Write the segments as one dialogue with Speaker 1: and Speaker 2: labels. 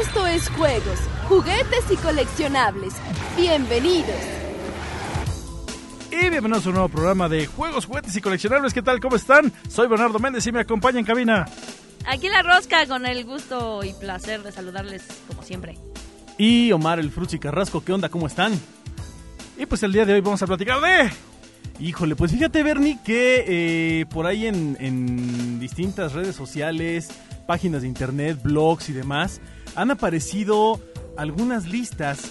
Speaker 1: Esto es Juegos, Juguetes y Coleccionables. Bienvenidos.
Speaker 2: Y bienvenidos a un nuevo programa de Juegos, Juguetes y Coleccionables. ¿Qué tal? ¿Cómo están? Soy Bernardo Méndez y me acompaña en cabina.
Speaker 3: Aquí la rosca con el gusto y placer de saludarles como siempre.
Speaker 4: Y Omar el Fruchi Carrasco, ¿qué onda? ¿Cómo están?
Speaker 2: Y pues el día de hoy vamos a platicar de...
Speaker 4: Híjole, pues fíjate, Bernie, que eh, por ahí en, en distintas redes sociales, páginas de internet, blogs y demás, han aparecido algunas listas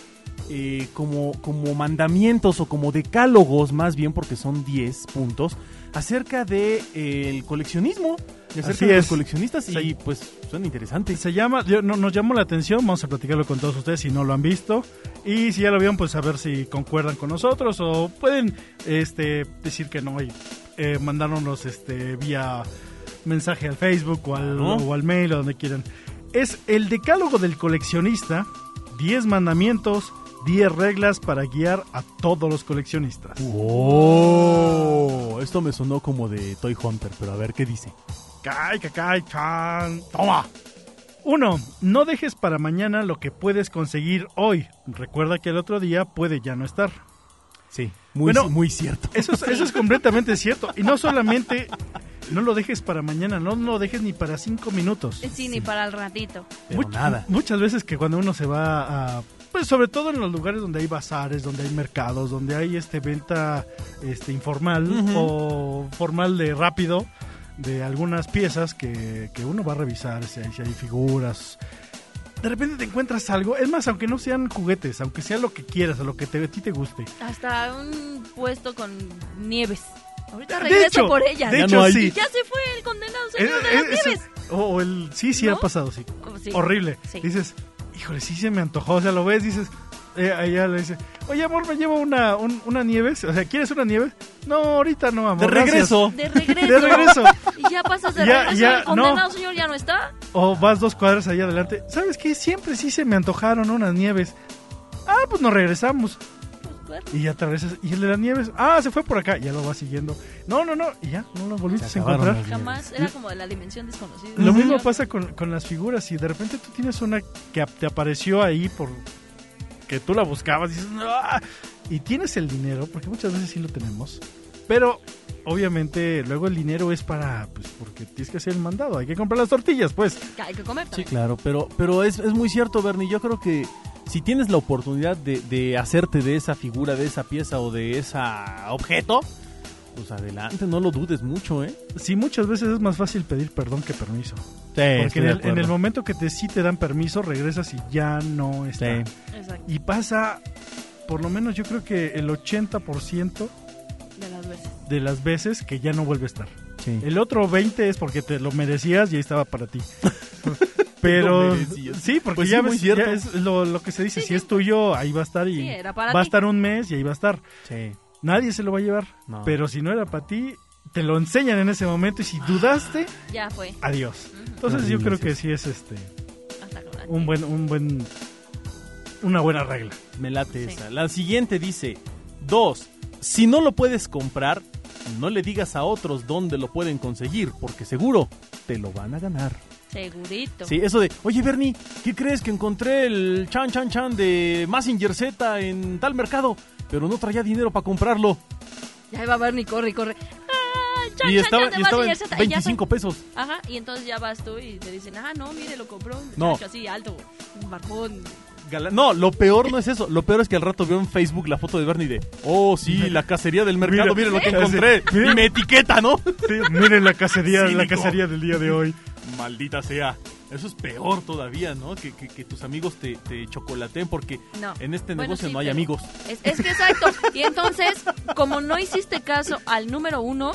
Speaker 4: eh, como, como mandamientos o como decálogos, más bien porque son 10 puntos, acerca del de, eh, el coleccionismo, y acerca
Speaker 2: Así
Speaker 4: de
Speaker 2: es.
Speaker 4: los coleccionistas,
Speaker 2: Sí.
Speaker 4: y pues suena interesante.
Speaker 2: Se llama, yo- no- nos llamó la atención, vamos a platicarlo con todos ustedes si no lo han visto. Y si ya lo vieron, pues a ver si concuerdan con nosotros o pueden este, decir que no y eh, mandárnoslos este, vía mensaje al Facebook o al,
Speaker 4: Claro.
Speaker 2: o al mail o donde quieran. Es el decálogo del coleccionista, 10 mandamientos, 10 reglas para guiar a todos los coleccionistas.
Speaker 4: ¡Oh! Esto me sonó como de Toy Hunter, pero a ver qué dice.
Speaker 2: Cay, cacay, chan. Toma. 1. No dejes para mañana lo que puedes conseguir hoy. Recuerda que el otro día puede ya no estar.
Speaker 4: Sí, muy,
Speaker 2: Bueno,
Speaker 4: muy cierto.
Speaker 2: Eso es, eso es completamente cierto. Y no solamente no lo dejes para mañana, no lo dejes ni para cinco minutos.
Speaker 3: Sí, ni para el ratito.
Speaker 4: Pero
Speaker 2: Much-
Speaker 4: nada.
Speaker 2: Muchas veces que cuando uno se va a... Pues sobre todo en los lugares donde hay bazares, donde hay mercados, donde hay este venta este informal
Speaker 4: Ujú.
Speaker 2: o formal de rápido de algunas piezas que, que uno va a revisar, si hay, si hay figuras. De repente te encuentras algo, es más, aunque no sean juguetes, aunque sea lo que quieras, a lo que te- a ti te guste.
Speaker 3: Hasta un puesto con nieves.
Speaker 2: De
Speaker 3: Ahorita regreso
Speaker 2: hecho,
Speaker 3: por ella.
Speaker 2: de
Speaker 4: Ya
Speaker 2: hecho,
Speaker 4: no hay.
Speaker 2: sí.
Speaker 3: Ya se fue el condenado
Speaker 2: Eh,
Speaker 3: señor de
Speaker 2: eh,
Speaker 3: las
Speaker 2: eso-
Speaker 3: nieves.
Speaker 2: o el, sí, sí
Speaker 3: ¿No?
Speaker 2: ha pasado, sí.
Speaker 3: Oh, sí.
Speaker 2: horrible.
Speaker 3: Sí.
Speaker 2: Dices, híjole, sí se me antojó. O sea, lo ves, dices, eh, a ella le dice, oye, amor, me llevo una, un- una nieves. O sea, ¿quieres una nieve? No, ahorita no, amor.
Speaker 4: De
Speaker 2: gracias".
Speaker 4: regreso.
Speaker 3: De
Speaker 2: De
Speaker 3: regreso.
Speaker 2: regreso.
Speaker 3: Y ya pasas de
Speaker 2: Ya,
Speaker 3: regreso.
Speaker 2: ya,
Speaker 3: el condenado
Speaker 2: no.
Speaker 3: señor ya no está.
Speaker 2: O vas dos cuadras allá adelante. ¿Sabes qué? Siempre sí se me antojaron unas nieves. Ah, pues nos regresamos.
Speaker 3: Pues, bueno,
Speaker 2: Y ya te regresas. Y el de las nieves, ah, se fue por acá. Ya lo vas siguiendo. No, no, no. Y ya, no lo volviste
Speaker 4: Se
Speaker 2: a
Speaker 4: acabaron
Speaker 2: encontrar.
Speaker 4: las nieves.
Speaker 3: Jamás era como de la dimensión desconocida.
Speaker 2: Lo mismo
Speaker 3: Señor.
Speaker 2: pasa con, con las figuras. Si de repente tú tienes una que ap- te apareció ahí por que tú la buscabas y dices, "Ah", y tienes el dinero, porque muchas veces sí lo tenemos, pero obviamente luego el dinero es para, pues porque tienes que hacer el mandado, hay que comprar las tortillas, pues.
Speaker 3: Que hay que comer
Speaker 4: Sí,
Speaker 3: también.
Speaker 4: claro, pero, pero es, es muy cierto, Bernie. Yo creo que si tienes la oportunidad de, de hacerte de esa figura, de esa pieza o de ese objeto, pues adelante, no lo dudes mucho, ¿eh?
Speaker 2: Sí, muchas veces es más fácil pedir perdón que permiso.
Speaker 4: Sí,
Speaker 2: Porque en el, en el momento que te sí te dan permiso, regresas y ya no está.
Speaker 4: Sí.
Speaker 3: Exacto.
Speaker 2: Y pasa, por lo menos yo creo que el 80%
Speaker 3: De las veces.
Speaker 2: de las veces que ya no vuelve a estar. El otro 20 es porque te lo merecías y ahí estaba para ti. Pero
Speaker 4: Lo merecías.
Speaker 2: sí, porque
Speaker 4: Pues sí,
Speaker 2: ya
Speaker 4: muy
Speaker 2: ves,
Speaker 4: cierto.
Speaker 2: ya es lo, lo que se dice, si
Speaker 3: Sí, sí.
Speaker 2: es tuyo, ahí va a estar y
Speaker 3: Sí, era para
Speaker 2: va a
Speaker 3: ti.
Speaker 2: estar un mes y ahí va a estar.
Speaker 4: Sí.
Speaker 2: Nadie se lo va a llevar,
Speaker 4: No.
Speaker 2: pero si no era para ti, te lo enseñan en ese momento y si dudaste,
Speaker 3: Ya fue.
Speaker 2: adiós.
Speaker 3: Ujú.
Speaker 2: Entonces yo creo
Speaker 4: Horrible es
Speaker 2: que
Speaker 4: eso.
Speaker 2: sí es este
Speaker 3: Hasta con la-
Speaker 2: un buen un buen una buena regla.
Speaker 4: Me late
Speaker 3: Sí.
Speaker 4: esa. La siguiente dice: Dos, si no lo puedes comprar, no le digas a otros dónde lo pueden conseguir, porque seguro te lo van a ganar.
Speaker 3: Segurito.
Speaker 4: Sí, eso de, oye Bernie, ¿qué crees que encontré el chan chan chan de Massinger Z en tal mercado? Pero no traía dinero para comprarlo.
Speaker 3: Ya iba a ver ni corre y corre. ¡Ah! Chan,
Speaker 4: y
Speaker 3: chan,
Speaker 4: estaba,
Speaker 3: chan, te
Speaker 4: y
Speaker 3: vas y
Speaker 4: estaba en
Speaker 3: ya se te- y ya se-
Speaker 4: 25 pesos.
Speaker 3: Ajá, y entonces ya vas tú y te dicen, ah, no, mire, lo compró un
Speaker 4: No.
Speaker 3: muchacho así, alto, un barbón.
Speaker 4: Gala- No, lo peor no es eso. Lo peor es que al rato veo en Facebook la foto de Bernie de, oh sí, la cacería del mercado,
Speaker 2: Mira,
Speaker 4: mire lo que
Speaker 2: ¿sí?
Speaker 4: encontré.
Speaker 2: Sí.
Speaker 4: Y me etiqueta, ¿no?
Speaker 2: miren la cacería, la
Speaker 4: Cínico.
Speaker 2: cacería del día de hoy.
Speaker 4: Maldita sea. Eso es peor todavía, ¿no? Que, que- que tus amigos te, te chocolateen porque
Speaker 3: No.
Speaker 4: en este
Speaker 3: Bueno,
Speaker 4: negocio
Speaker 3: sí,
Speaker 4: no hay
Speaker 3: pero-
Speaker 4: amigos.
Speaker 3: Es, es que exacto. Y entonces, como no hiciste caso al número uno,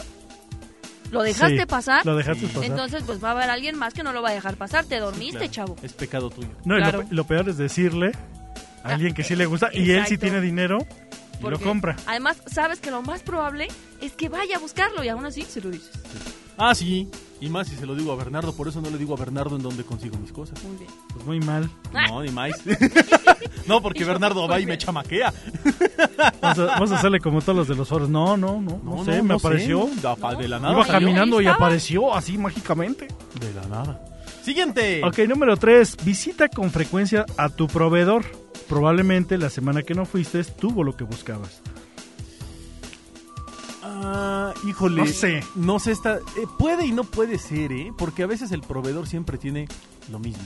Speaker 3: lo dejaste
Speaker 2: Sí,
Speaker 3: pasar,
Speaker 2: Lo dejaste
Speaker 4: Sí.
Speaker 2: pasar.
Speaker 3: entonces pues va a haber alguien más que no lo va a dejar pasar. Te dormiste,
Speaker 4: Claro,
Speaker 3: chavo.
Speaker 4: Es pecado tuyo.
Speaker 2: No, y
Speaker 3: Claro.
Speaker 2: lo, lo peor es decirle a
Speaker 3: Ah,
Speaker 2: alguien que sí
Speaker 3: eh,
Speaker 2: le gusta y él sí
Speaker 3: exacto.
Speaker 2: tiene dinero y lo
Speaker 3: Porque
Speaker 2: compra.
Speaker 3: Además, sabes que lo más probable es que vaya a buscarlo y aún así se lo dices.
Speaker 4: Ah, sí. Y más si se lo digo a Bernardo, por eso no le digo a Bernardo en dónde consigo mis cosas.
Speaker 3: Muy bien.
Speaker 2: Pues muy mal.
Speaker 4: No, ni más. no, porque Bernardo va y me chamaquea.
Speaker 2: Vamos a, vamos a hacerle como todos los de los oros. No, no, no. No, sé, me apareció.
Speaker 4: Da- pa- De la nada.
Speaker 2: Iba
Speaker 3: salió.
Speaker 2: caminando y
Speaker 3: Ahí estaba.
Speaker 2: apareció así mágicamente.
Speaker 4: De la nada. Siguiente.
Speaker 2: Ok, número 3. Visita con frecuencia a tu proveedor. Probablemente la semana que no fuiste tuvo lo que buscabas.
Speaker 4: Ah, híjole.
Speaker 2: No sé.
Speaker 4: No sé, está. eh, puede y no puede ser, ¿eh? Porque a veces el proveedor siempre tiene lo mismo.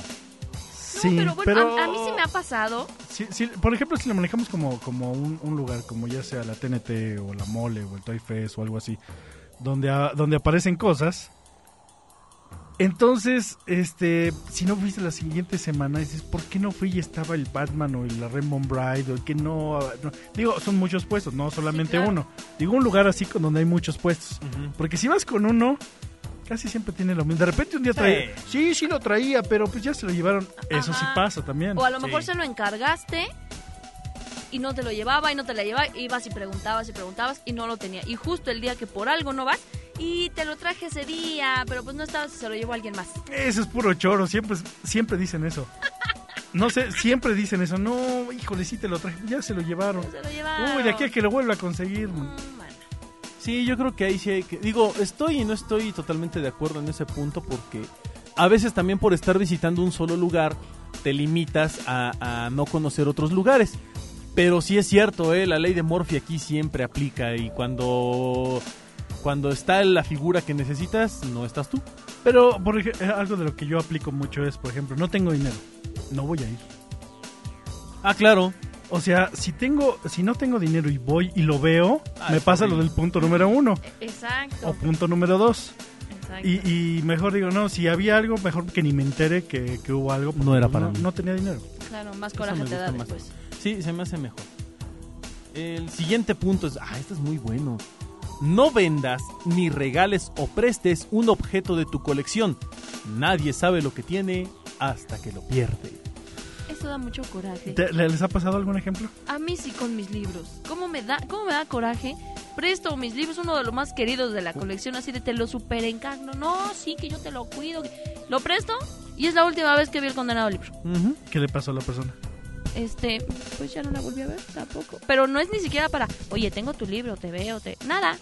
Speaker 2: Sí,
Speaker 3: pero bueno, A, a mí sí me ha pasado.
Speaker 2: Sí, sí, por ejemplo, si lo manejamos como, como un, un lugar, como ya sea la TNT o la Mole o el Toy Fest o algo así, donde, a- donde aparecen cosas, entonces, este, si no fuiste la siguiente semana, dices, ¿por qué no fui y estaba el Batman o la Rainbow Bride o el que no, no? Digo, son muchos puestos, no solamente
Speaker 3: claro.
Speaker 2: uno. Digo, un lugar así con donde hay muchos puestos. Porque si vas con uno, casi siempre tiene lo mismo. De repente un día
Speaker 4: Sí.
Speaker 2: trae, sí, sí lo traía, pero pues ya se lo llevaron. Eso sí
Speaker 3: Ajá.
Speaker 2: pasa también.
Speaker 3: O a lo mejor
Speaker 4: Sí.
Speaker 3: se lo encargaste y no te lo llevaba y no te la llevaba. Ibas y preguntabas y preguntabas y no lo tenía. Y justo el día que por algo no vas y te lo traje ese día, pero pues no estabas y se lo llevó alguien más.
Speaker 2: Eso es puro choro, siempre, siempre dicen eso. No sé, siempre dicen eso. No, híjole, sí te lo traje, ya se lo llevaron.
Speaker 3: Se lo llevaron.
Speaker 2: Uy, de aquí a que lo vuelva a conseguir.
Speaker 3: Mm, bueno.
Speaker 4: Sí, yo creo que ahí sí hay que... Digo, estoy y no estoy totalmente de acuerdo en ese punto porque a veces también por estar visitando un solo lugar te limitas a, a no conocer otros lugares. Pero sí es cierto, ¿eh? la ley de Morphy aquí siempre aplica y cuando, cuando está la figura que necesitas, no estás tú.
Speaker 2: Pero por ej- eh, algo de lo que yo aplico mucho es, por ejemplo, no tengo dinero, no voy a ir.
Speaker 4: Ah, claro.
Speaker 2: O sea, si tengo, si no tengo dinero y voy y lo veo,
Speaker 4: Ah,
Speaker 2: me
Speaker 4: está
Speaker 2: pasa lo
Speaker 4: horrible.
Speaker 2: del punto número uno
Speaker 3: E- Exacto.
Speaker 4: Oh,
Speaker 2: o punto número dos.
Speaker 3: exacto.
Speaker 2: Y, y mejor digo, no, si había algo, mejor que ni me entere que, que hubo algo. porque
Speaker 4: No era
Speaker 2: pues
Speaker 4: para mí.
Speaker 2: no tenía dinero.
Speaker 3: claro, más
Speaker 4: Eso
Speaker 3: coraje
Speaker 4: me
Speaker 3: te da
Speaker 4: gusta más.
Speaker 3: después.
Speaker 4: Sí, se me hace mejor. El siguiente punto es, ah, este es muy bueno. No vendas, ni regales o prestes un objeto de tu colección. Nadie sabe lo que tiene hasta que lo pierde.
Speaker 3: Eso da mucho coraje.
Speaker 2: ¿Te- ¿Les ha pasado algún ejemplo?
Speaker 3: A mí sí con mis libros. ¿Cómo me da, cómo me da coraje? Presto mis libros, uno de los más queridos de la colección, así de te lo super encargo. No, sí, que yo te lo cuido. que- Lo presto y es la última vez que vi el condenado libro.
Speaker 2: ¿Qué le pasó a la persona?
Speaker 3: Este, pues ya no la volví a ver tampoco. Pero no es ni siquiera para, oye, tengo tu libro, te veo, te... Nada,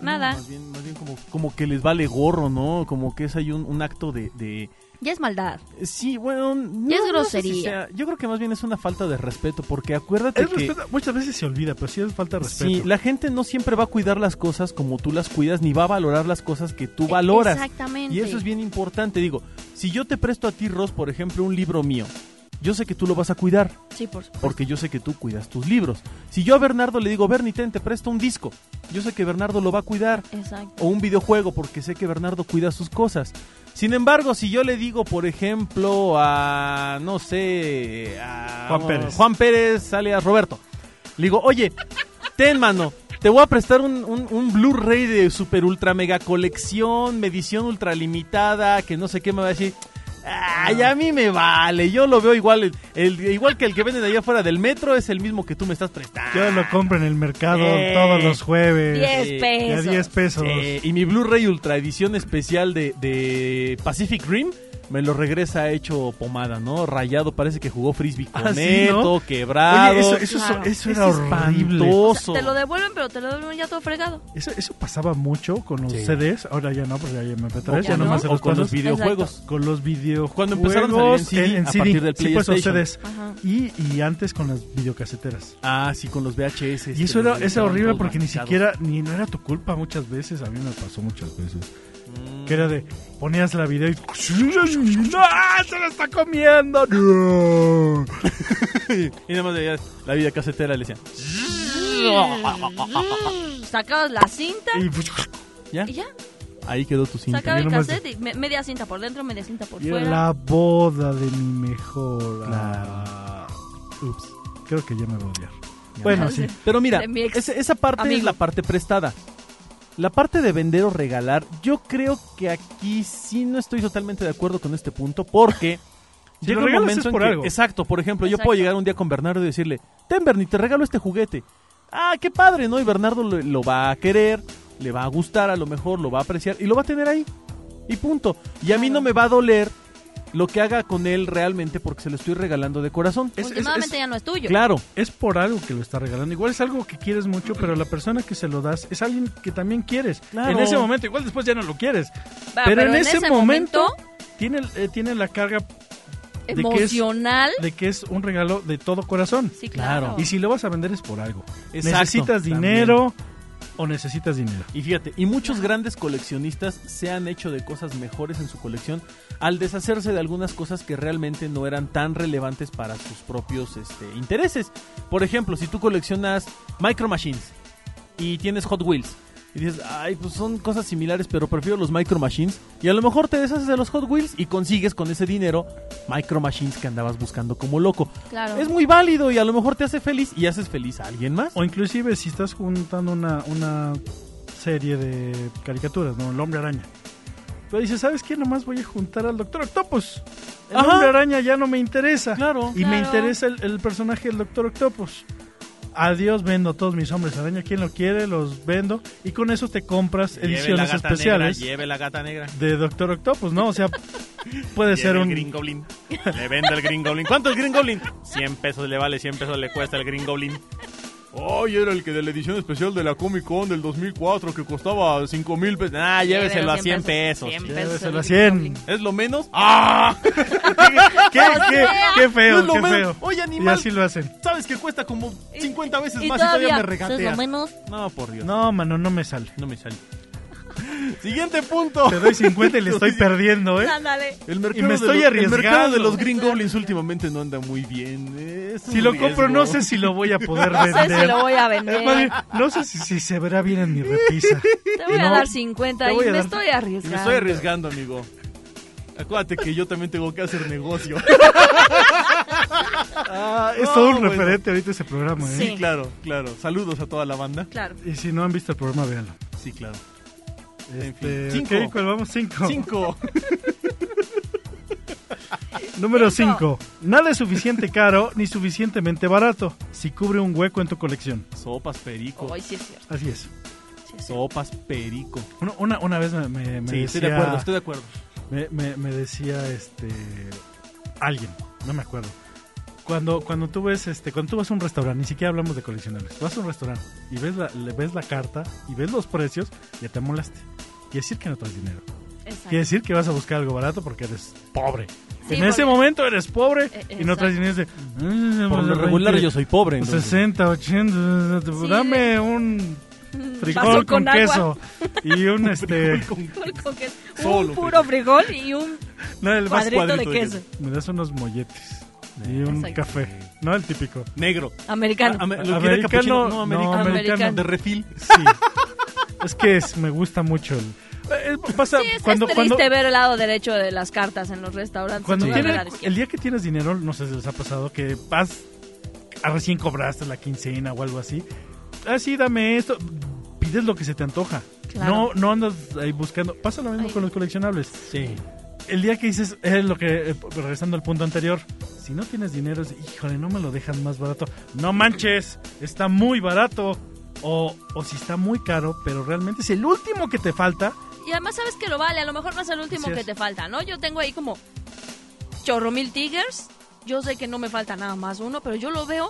Speaker 3: nada.
Speaker 4: No, más bien, más bien como, como que les vale gorro, ¿no? Como que es ahí un, un acto de, de-
Speaker 3: Ya es maldad.
Speaker 4: Sí, bueno... no-
Speaker 3: Ya es
Speaker 4: no sé si
Speaker 3: grosería.
Speaker 4: sea- yo creo que más bien es una falta de respeto, porque acuérdate
Speaker 2: Es
Speaker 4: que...
Speaker 2: respeto- muchas veces se olvida, pero sí es falta de respeto.
Speaker 4: Sí, la gente no siempre va a cuidar las cosas como tú las cuidas, ni va a valorar las cosas que tú valoras.
Speaker 3: Exactamente.
Speaker 4: Y eso es bien importante. Digo, si yo te presto a ti, Ross, por ejemplo, un libro mío, yo sé que tú lo vas a cuidar,
Speaker 3: Sí, por supuesto.
Speaker 4: porque yo sé que tú cuidas tus libros. Si yo a Bernardo le digo, Bernie, ten, te presto un disco, yo sé que Bernardo lo va a cuidar,
Speaker 3: Exacto.
Speaker 4: o un videojuego, porque sé que Bernardo cuida sus cosas. Sin embargo, si yo le digo, por ejemplo, a, no sé, a
Speaker 2: Juan Pérez.
Speaker 4: Juan Pérez, sale a Roberto, le digo, oye, ten mano, te voy a prestar un, un- un Blu-ray de super ultra mega colección, medición ultra limitada, que no sé qué me va a decir. Ay, a mí me vale, yo lo veo igual, el, el- igual que el que venden allá afuera del metro es el mismo que tú me estás prestando.
Speaker 2: Yo lo compro en el mercado
Speaker 4: Sí.
Speaker 2: todos los jueves.
Speaker 3: 10
Speaker 4: sí, Eh, ya
Speaker 2: Y a
Speaker 3: pesos.
Speaker 2: 10 pesos.
Speaker 4: Eh, Sí, y mi Blu-ray Ultra Edición Especial de, de Pacific Rim me lo regresa hecho pomada, ¿no? Rayado, parece que jugó frisbee con
Speaker 2: Ah, sí,
Speaker 4: esto,
Speaker 2: ¿no?
Speaker 4: quebrado.
Speaker 2: Oye, eso, eso,
Speaker 3: Claro.
Speaker 2: eso
Speaker 4: Es
Speaker 2: era horrible.
Speaker 3: O
Speaker 4: espantoso.
Speaker 3: sea, te lo devuelven, pero te lo devuelven ya todo fregado.
Speaker 2: Eso, eso pasaba mucho con los
Speaker 4: Sí.
Speaker 2: CDs. Ahora ya no, porque ya hay MP3.
Speaker 4: O
Speaker 2: ya
Speaker 4: con-
Speaker 2: nomás
Speaker 4: o
Speaker 2: se los
Speaker 4: con los
Speaker 2: pasas.
Speaker 4: videojuegos.
Speaker 2: Con los videojuegos.
Speaker 4: Cuando empezaron a salir en CD, a partir del
Speaker 2: sí, pues, los
Speaker 4: PlayStation.
Speaker 2: CDs.
Speaker 3: Ajá.
Speaker 2: Y, y antes con las videocaseteras.
Speaker 4: Ah, sí, con los VHS.
Speaker 2: Y eso era, es horrible porque ni siquiera, ni no era tu culpa muchas veces, a mí me pasó muchas veces. Que era de, ponías la video y... ¡Ah, ¡Se la está comiendo! ¡No!
Speaker 4: Y nada más veías la vida casetera, le decían.
Speaker 3: Sacabas la cinta
Speaker 2: Y,
Speaker 4: ¿Ya?
Speaker 3: y ya.
Speaker 4: Ahí quedó tu cinta.
Speaker 3: Sacaba
Speaker 2: yo
Speaker 3: el
Speaker 2: nomás-
Speaker 3: cassette y me- media cinta por dentro, media cinta por
Speaker 2: y era
Speaker 3: fuera.
Speaker 2: la boda de mi mejor... ah,
Speaker 4: Ups.
Speaker 2: Creo que ya me va a odiar. Bueno, sí.
Speaker 4: Pero mira,
Speaker 3: De mi ex
Speaker 4: ese- esa parte es
Speaker 3: amigo.
Speaker 4: la parte prestada. La parte de vender o regalar, yo creo que aquí sí no estoy totalmente de acuerdo con este punto porque
Speaker 2: Si lo regalas es por
Speaker 4: que-
Speaker 2: algo.
Speaker 4: exacto, por ejemplo, yo
Speaker 3: Exacto.
Speaker 4: puedo llegar un día con Bernardo y decirle, "Ten Bernie, te regalo este juguete." Ah, qué padre, ¿no? Y Bernardo lo, lo va a querer, le va a gustar, a lo mejor lo va a apreciar y lo va a tener ahí. Y punto. Y a mí no me va a doler lo que haga con él realmente porque se lo estoy regalando de corazón.
Speaker 2: Es- es-
Speaker 3: Últimamente
Speaker 2: es-
Speaker 3: ya no es tuyo.
Speaker 4: Claro,
Speaker 2: es por algo que lo está regalando. Igual es algo que quieres mucho, pero la persona que se lo das es alguien que también quieres.
Speaker 4: Claro.
Speaker 2: En ese momento, igual después ya no lo quieres.
Speaker 3: Va,
Speaker 2: pero, en, ese, momento, tiene, eh, tiene la carga de que es-
Speaker 3: emocional.
Speaker 2: de que es un regalo de todo corazón.
Speaker 3: Sí,
Speaker 4: Claro.
Speaker 3: claro.
Speaker 2: Y si lo vas a vender es por algo.
Speaker 4: Exacto,
Speaker 2: necesitas
Speaker 4: también.
Speaker 2: dinero o necesitas dinero.
Speaker 4: Y fíjate, y muchos grandes coleccionistas se han hecho de cosas mejores en su colección al deshacerse de algunas cosas que realmente no eran tan relevantes para sus propios este, intereses. Por ejemplo, si tú coleccionas Micro Machines y tienes Hot Wheels y dices, ay, pues son cosas similares, pero prefiero los Micro Machines. Y a lo mejor te deshaces de los Hot Wheels y consigues con ese dinero Micro Machines que andabas buscando como loco.
Speaker 3: Claro.
Speaker 4: Es muy válido y a lo mejor te hace feliz y haces feliz a alguien más.
Speaker 2: O inclusive si estás juntando una, una serie de caricaturas, ¿no? El hombre araña. Pero dices, ¿sabes qué? Nomás voy a juntar al doctor Octopus. El
Speaker 4: Ajá.
Speaker 2: hombre araña ya no me interesa.
Speaker 4: Claro.
Speaker 2: Y me
Speaker 3: Claro.
Speaker 2: interesa el, el personaje del doctor Octopus. Adiós, vendo a todos mis hombres araña. Quien lo quiere, los vendo. Y con eso te compras ediciones especiales
Speaker 5: lleve la gata negra.
Speaker 2: de doctor Octopus, ¿no? O sea, puede
Speaker 5: Lleve
Speaker 2: ser
Speaker 5: el
Speaker 2: un...
Speaker 5: Green Goblin. Le vendo el Green Goblin. ¿Cuánto el Green Goblin? 100 pesos le vale, 100 pesos le cuesta el Green Goblin. Ay, era el que de la edición especial de la Comic Con del 2004 que costaba 5 mil pesos. Ah, lléveselo a 100 pesos.
Speaker 3: 100
Speaker 2: Lléveselo a
Speaker 3: el
Speaker 2: 100.
Speaker 5: ¿Es lo menos? ¡Ah!
Speaker 2: ¿Qué, qué, qué feo,
Speaker 5: lo
Speaker 2: qué
Speaker 5: menos.
Speaker 2: feo.
Speaker 5: Oye,
Speaker 2: Y
Speaker 5: animal,
Speaker 2: así lo hacen.
Speaker 5: sabes que cuesta como 50 veces
Speaker 3: Y
Speaker 5: más y todavía me
Speaker 3: eso es
Speaker 5: regatea.
Speaker 3: lo menos.
Speaker 5: No, por Dios.
Speaker 2: No, mano, no me sale.
Speaker 5: No me sale. Siguiente punto.
Speaker 2: Te doy 50 y le estoy perdiendo, ¿eh?
Speaker 3: Ándale.
Speaker 5: El
Speaker 2: Y
Speaker 5: mercado,
Speaker 2: me
Speaker 5: de
Speaker 2: estoy
Speaker 5: los- el mercado
Speaker 2: arriesgando.
Speaker 5: de los Green Goblins últimamente no anda muy bien. Es un
Speaker 2: Si lo
Speaker 5: riesgo.
Speaker 2: compro, no sé si lo voy a poder
Speaker 3: No sé si
Speaker 2: vender.
Speaker 3: lo voy a
Speaker 2: Pues Es más bien,
Speaker 3: vender.
Speaker 2: No sé si, si se verá bien en mi repisa.
Speaker 3: Te voy a
Speaker 2: No.
Speaker 3: dar 50
Speaker 2: Te
Speaker 3: y
Speaker 2: voy a
Speaker 3: me
Speaker 2: dar-
Speaker 3: estoy
Speaker 5: Me
Speaker 3: arriesgando.
Speaker 5: estoy arriesgando, amigo. Acuérdate que yo también tengo que hacer negocio.
Speaker 2: Ah, es
Speaker 5: No,
Speaker 2: todo un
Speaker 5: bueno.
Speaker 2: referente ahorita ese programa, ¿eh?
Speaker 5: Sí, claro, claro. Saludos a toda la banda.
Speaker 3: Claro.
Speaker 2: Y si no han visto el programa, véanlo.
Speaker 5: Sí, claro. En fin.
Speaker 2: Este,
Speaker 5: Cinco.
Speaker 2: ok, ¿cuál vamos? Cinco.
Speaker 5: Cinco.
Speaker 2: Número 5. Nada es suficiente caro ni suficientemente barato si cubre un hueco en tu colección.
Speaker 4: Sopas perico.
Speaker 3: Hoy sí es cierto.
Speaker 2: Así es.
Speaker 3: sí es cierto.
Speaker 4: Sopas perico.
Speaker 2: Una, una, una vez me, me- me
Speaker 4: Sí,
Speaker 2: decía...
Speaker 4: estoy de acuerdo, estoy de acuerdo.
Speaker 2: Me, me- me decía este alguien, no me acuerdo. Cuando, cuando tú ves este, cuando tú vas a un restaurante, ni siquiera hablamos de coleccionables, vas a un restaurante y ves la, le ves la carta y ves los precios, ya te molaste. Quiere decir que no traes dinero.
Speaker 3: Exacto.
Speaker 2: Quiere decir que vas a buscar algo barato porque eres pobre.
Speaker 3: Sí,
Speaker 2: en ese
Speaker 3: porque-
Speaker 2: momento eres pobre
Speaker 3: Eh,
Speaker 2: y "Ah, no traes dinero. de-
Speaker 4: Por lo regular yo soy pobre. entonces.
Speaker 2: 60, 80,
Speaker 3: Sí,
Speaker 2: dame
Speaker 3: de-
Speaker 2: un
Speaker 3: Mm, vaso
Speaker 2: frijol con,
Speaker 3: agua.
Speaker 2: queso y un este
Speaker 3: Frijol con queso.
Speaker 5: Solo
Speaker 3: un puro frijol y un
Speaker 2: no, el más
Speaker 3: cuadrito de
Speaker 5: cuadrito de queso.
Speaker 3: queso.
Speaker 2: Me das unos molletes y un
Speaker 3: Exacto.
Speaker 2: café. No el típico.
Speaker 5: Negro.
Speaker 3: Americano.
Speaker 4: Ah, ame- lo que era
Speaker 2: Americano,
Speaker 4: capuchino, no,
Speaker 2: no,
Speaker 4: americano.
Speaker 2: americano.
Speaker 4: De refil.
Speaker 2: Sí. es que es, me gusta mucho el. eh, eh, pasa
Speaker 3: sí, es,
Speaker 2: cuando,
Speaker 3: es
Speaker 2: cuando,
Speaker 3: triste ver el lado derecho de las cartas en los restaurantes.
Speaker 2: cuando
Speaker 3: en lugar de
Speaker 2: tiene-
Speaker 3: la izquierda.
Speaker 2: el día que tienes dinero, no sé si les ha pasado, que vas a recién cobraste la quincena o algo así. Ah, sí, dame esto. Pides lo que se te antoja.
Speaker 3: Claro.
Speaker 2: No, no andas ahí buscando. Pasa lo mismo
Speaker 3: Ay.
Speaker 2: con los coleccionables.
Speaker 4: Sí.
Speaker 2: El día que dices, es lo que, eh, regresando al punto anterior, si no tienes dinero, es, híjole, no me lo dejan más barato. No manches, está muy barato. O, o si está muy caro, pero realmente es el último que te falta.
Speaker 3: Y además sabes que lo vale, a lo mejor no es el último
Speaker 2: Así es.
Speaker 3: que te falta, ¿no? Yo tengo ahí como chorro mil tigers, yo sé que no me falta nada más uno, pero yo lo veo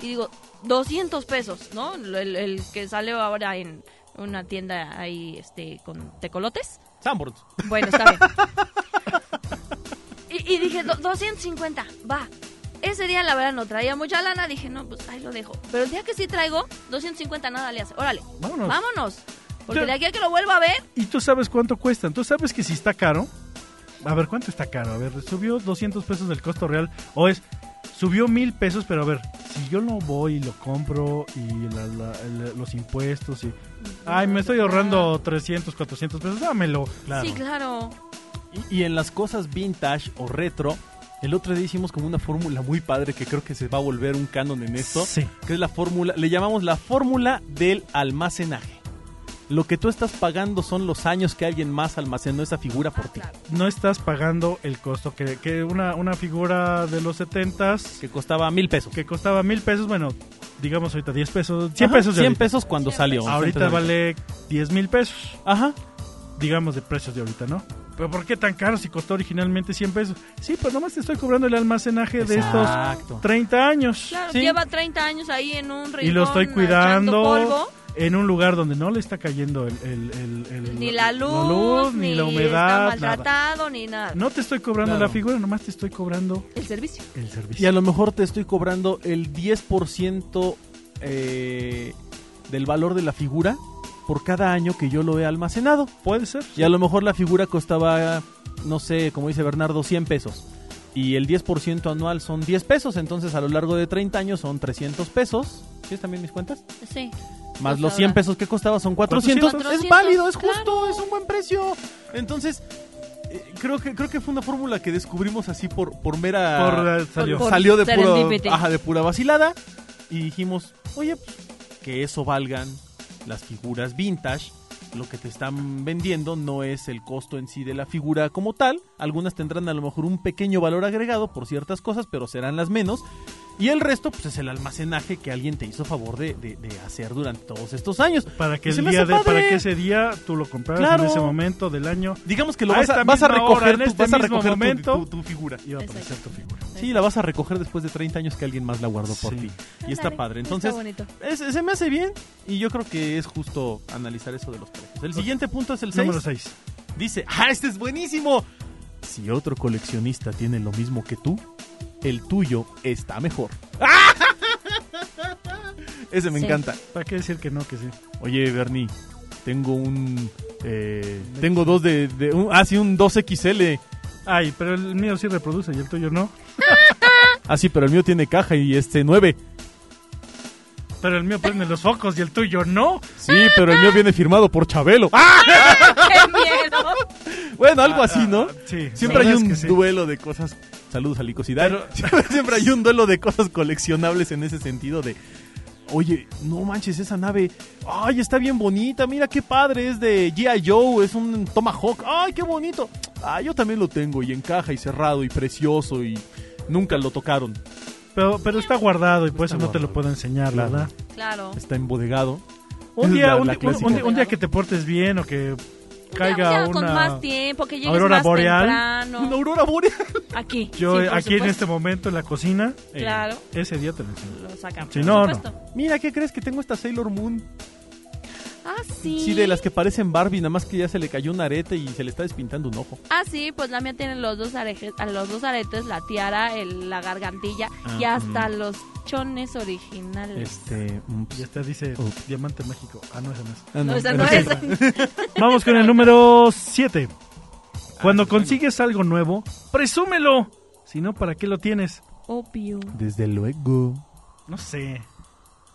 Speaker 3: y digo, 200 pesos, ¿no? El, el que salió ahora en una tienda ahí este con tecolotes.
Speaker 4: Sanborns.
Speaker 3: Bueno, está bien. Y, y dije, "Do- 250, va. Ese día la verdad no traía mucha lana, dije, no, pues ahí lo dejo. Pero el día que sí traigo, 250 nada le hace. Órale,
Speaker 2: Vámonos.
Speaker 3: vámonos. Porque
Speaker 2: Yo-
Speaker 3: de aquí a que lo vuelva a ver,
Speaker 2: Y tú sabes cuánto cuestan. Tú sabes que si está caro. A ver, ¿cuánto está caro? A ver, subió 200 pesos del costo real. O es, subió mil pesos, pero a ver, si yo no voy y lo compro y la- la- el- los impuestos y... Ay, me estoy ahorrando 300, 400 pesos. Dámelo.
Speaker 3: Sí, claro.
Speaker 4: Y, y en las cosas vintage o retro, el otro día hicimos como una fórmula muy padre que creo que se va a volver un canon en esto,
Speaker 2: Sí.
Speaker 4: que es la fórmula, le llamamos la fórmula del almacenaje. Lo que tú estás pagando son los años que alguien más almacenó esa figura por ti,
Speaker 2: no estás pagando el costo que, que una, una figura de los 70s
Speaker 4: que costaba mil pesos.
Speaker 2: que costaba mil pesos, bueno, digamos ahorita 10 pesos, 100
Speaker 4: Ajá,
Speaker 2: pesos de
Speaker 4: 100
Speaker 2: ahorita.
Speaker 4: pesos cuando
Speaker 3: 100
Speaker 4: salió.
Speaker 3: pesos.
Speaker 2: Ahorita vale 10 mil pesos,
Speaker 4: Ajá.
Speaker 2: digamos de precios de ahorita, ¿no? ¿Pero por qué tan caro si costó originalmente 100 pesos? Sí, pues nomás te estoy cobrando el almacenaje de
Speaker 4: Exacto.
Speaker 2: estos 30 años.
Speaker 3: Claro,
Speaker 2: ¿sí?
Speaker 3: lleva 30 años ahí en un rincón
Speaker 2: y lo estoy
Speaker 3: echando
Speaker 2: cuidando
Speaker 3: polvo.
Speaker 2: en un lugar donde no le está cayendo el, el- el- el-
Speaker 3: Ni la luz,
Speaker 2: luz,
Speaker 3: ni,
Speaker 2: ni la
Speaker 3: está
Speaker 2: humedad. nada.
Speaker 3: maltratado, ni nada.
Speaker 2: No te estoy cobrando
Speaker 4: Claro.
Speaker 2: la figura, nomás te estoy cobrando
Speaker 3: El servicio.
Speaker 2: el servicio.
Speaker 4: Y a lo mejor te estoy cobrando el 10% eh, del valor de la figura por cada año que yo lo he almacenado.
Speaker 2: Puede ser.
Speaker 4: Y a lo mejor la figura costaba, no sé, como dice Bernardo, 100 pesos. Y el 10% anual son 10 pesos, entonces a lo largo de 30 años son 300 pesos. ¿Sí están bien mis cuentas?
Speaker 3: Sí.
Speaker 4: Más
Speaker 3: Pues
Speaker 4: los 100
Speaker 3: ahora.
Speaker 4: pesos que costaba son 400.
Speaker 3: 400,
Speaker 4: es válido, es
Speaker 3: claro.
Speaker 4: justo, es un buen precio. Entonces, eh, creo, que, creo que fue una fórmula que descubrimos así por, por mera...
Speaker 2: Por, eh, salió.
Speaker 3: por-
Speaker 4: salió de
Speaker 3: serendipity.
Speaker 4: pura, ajá, de pura vacilada y dijimos, oye, pues, que eso valgan las figuras vintage. Lo que te están vendiendo no es el costo en sí de la figura como tal. Algunas tendrán a lo mejor un pequeño valor agregado por ciertas cosas, pero serán las menos. Y el resto, pues es el almacenaje que alguien te hizo favor de, de- de hacer durante todos estos años.
Speaker 2: Para que
Speaker 4: Y se
Speaker 2: el
Speaker 4: me
Speaker 2: día
Speaker 4: hace
Speaker 2: de, para
Speaker 4: padre.
Speaker 2: que ese día tú lo compraras
Speaker 4: Claro.
Speaker 2: en ese momento del año
Speaker 4: Digamos que lo
Speaker 2: A
Speaker 4: vas a,
Speaker 2: esta
Speaker 4: vas a
Speaker 2: misma hora,
Speaker 4: recoger,
Speaker 2: en
Speaker 4: tu-
Speaker 2: este
Speaker 4: vas a
Speaker 2: mismo
Speaker 4: recoger tu-
Speaker 2: momento.
Speaker 4: tu- tu figura.
Speaker 2: iba a
Speaker 3: Exacto.
Speaker 2: aparecer tu figura.
Speaker 4: Sí, la vas a recoger después de 30 años que alguien más la guardó por
Speaker 2: Sí.
Speaker 4: ti. Y está
Speaker 3: Ándale,
Speaker 4: padre. Entonces,
Speaker 3: Está bonito.
Speaker 4: Es- se me hace bien y yo creo que es justo analizar eso de los precios. El siguiente punto es el 6.
Speaker 2: Número 6.
Speaker 4: Dice, ¡ah, este es buenísimo! Si otro coleccionista tiene lo mismo que tú, el tuyo está mejor. Ese me
Speaker 3: Sí.
Speaker 4: encanta.
Speaker 2: ¿Para qué decir que no, que sí?
Speaker 4: Oye, Bernie, tengo un... eh, tengo dos de... de un, ah, sí, un 2XL.
Speaker 2: Ay, pero el mío sí reproduce y el tuyo no.
Speaker 4: Ah, sí, pero el mío tiene caja y este 9.
Speaker 2: Pero el mío prende los focos y el tuyo no.
Speaker 4: Sí, pero el mío viene firmado por Chabelo. ¡Ah!
Speaker 3: ¡Qué miedo!
Speaker 4: Bueno, algo así, ¿no?
Speaker 2: Ah, sí.
Speaker 4: Siempre
Speaker 2: la verdad
Speaker 4: hay
Speaker 2: es
Speaker 4: un
Speaker 2: que sí.
Speaker 4: duelo de cosas. Saludos a Licosidad. Siempre, siempre hay un duelo de cosas coleccionables en ese sentido de. Oye, no manches, esa nave. Ay, está bien bonita. Mira qué padre. Es de G.I. Joe. Es un Tomahawk. Ay, qué bonito. Ah, yo también lo tengo. Y encaja y cerrado y precioso. Y nunca lo tocaron.
Speaker 2: Pero, pero está guardado y por
Speaker 4: Está
Speaker 2: eso no te lo
Speaker 4: guardado.
Speaker 2: puedo enseñar,
Speaker 4: Claro.
Speaker 2: ¿verdad?
Speaker 3: Claro.
Speaker 4: Está embodegado.
Speaker 2: Un
Speaker 4: Esa es
Speaker 2: día,
Speaker 4: la-
Speaker 2: un,
Speaker 4: la
Speaker 2: un-
Speaker 4: clásica.
Speaker 2: un día- un día que te portes bien o que
Speaker 3: Ya-
Speaker 2: caiga
Speaker 3: ya con más
Speaker 2: una...
Speaker 3: tiempo, que llegues
Speaker 2: aurora
Speaker 3: más
Speaker 2: boreal.
Speaker 4: Una
Speaker 3: temprano.
Speaker 4: aurora boreal.
Speaker 3: Aquí.
Speaker 2: Yo
Speaker 3: sí, por
Speaker 2: aquí en
Speaker 3: supuesto.
Speaker 2: este momento en la cocina, eh,
Speaker 3: Claro,
Speaker 2: ese día te lo enseño.
Speaker 3: lo sacamos.
Speaker 2: Si
Speaker 3: por
Speaker 2: no, no.
Speaker 3: supuesto.
Speaker 4: Mira, ¿qué crees que tengo esta Sailor Moon?
Speaker 3: Ah, sí.
Speaker 4: Sí, de las que parecen Barbie. Nada más que ya se le cayó un arete y se le está despintando un ojo.
Speaker 3: Ah, sí, pues la mía tiene los dos arejes, a los dos aretes, la tiara, el- la gargantilla y
Speaker 4: Ah,
Speaker 3: hasta
Speaker 2: mm.
Speaker 3: los chones originales.
Speaker 4: Este. mm, pues,
Speaker 2: Y hasta dice
Speaker 4: Oh.
Speaker 2: diamante mágico. Ah, no, esa no es.
Speaker 4: ah,
Speaker 3: No, esa no
Speaker 4: bueno,
Speaker 3: es.
Speaker 2: Vamos con el número 7. Ah, Cuando consigues algo nuevo, presúmelo. Si no, ¿para qué lo tienes?
Speaker 3: Obvio.
Speaker 4: Desde luego.
Speaker 2: No sé.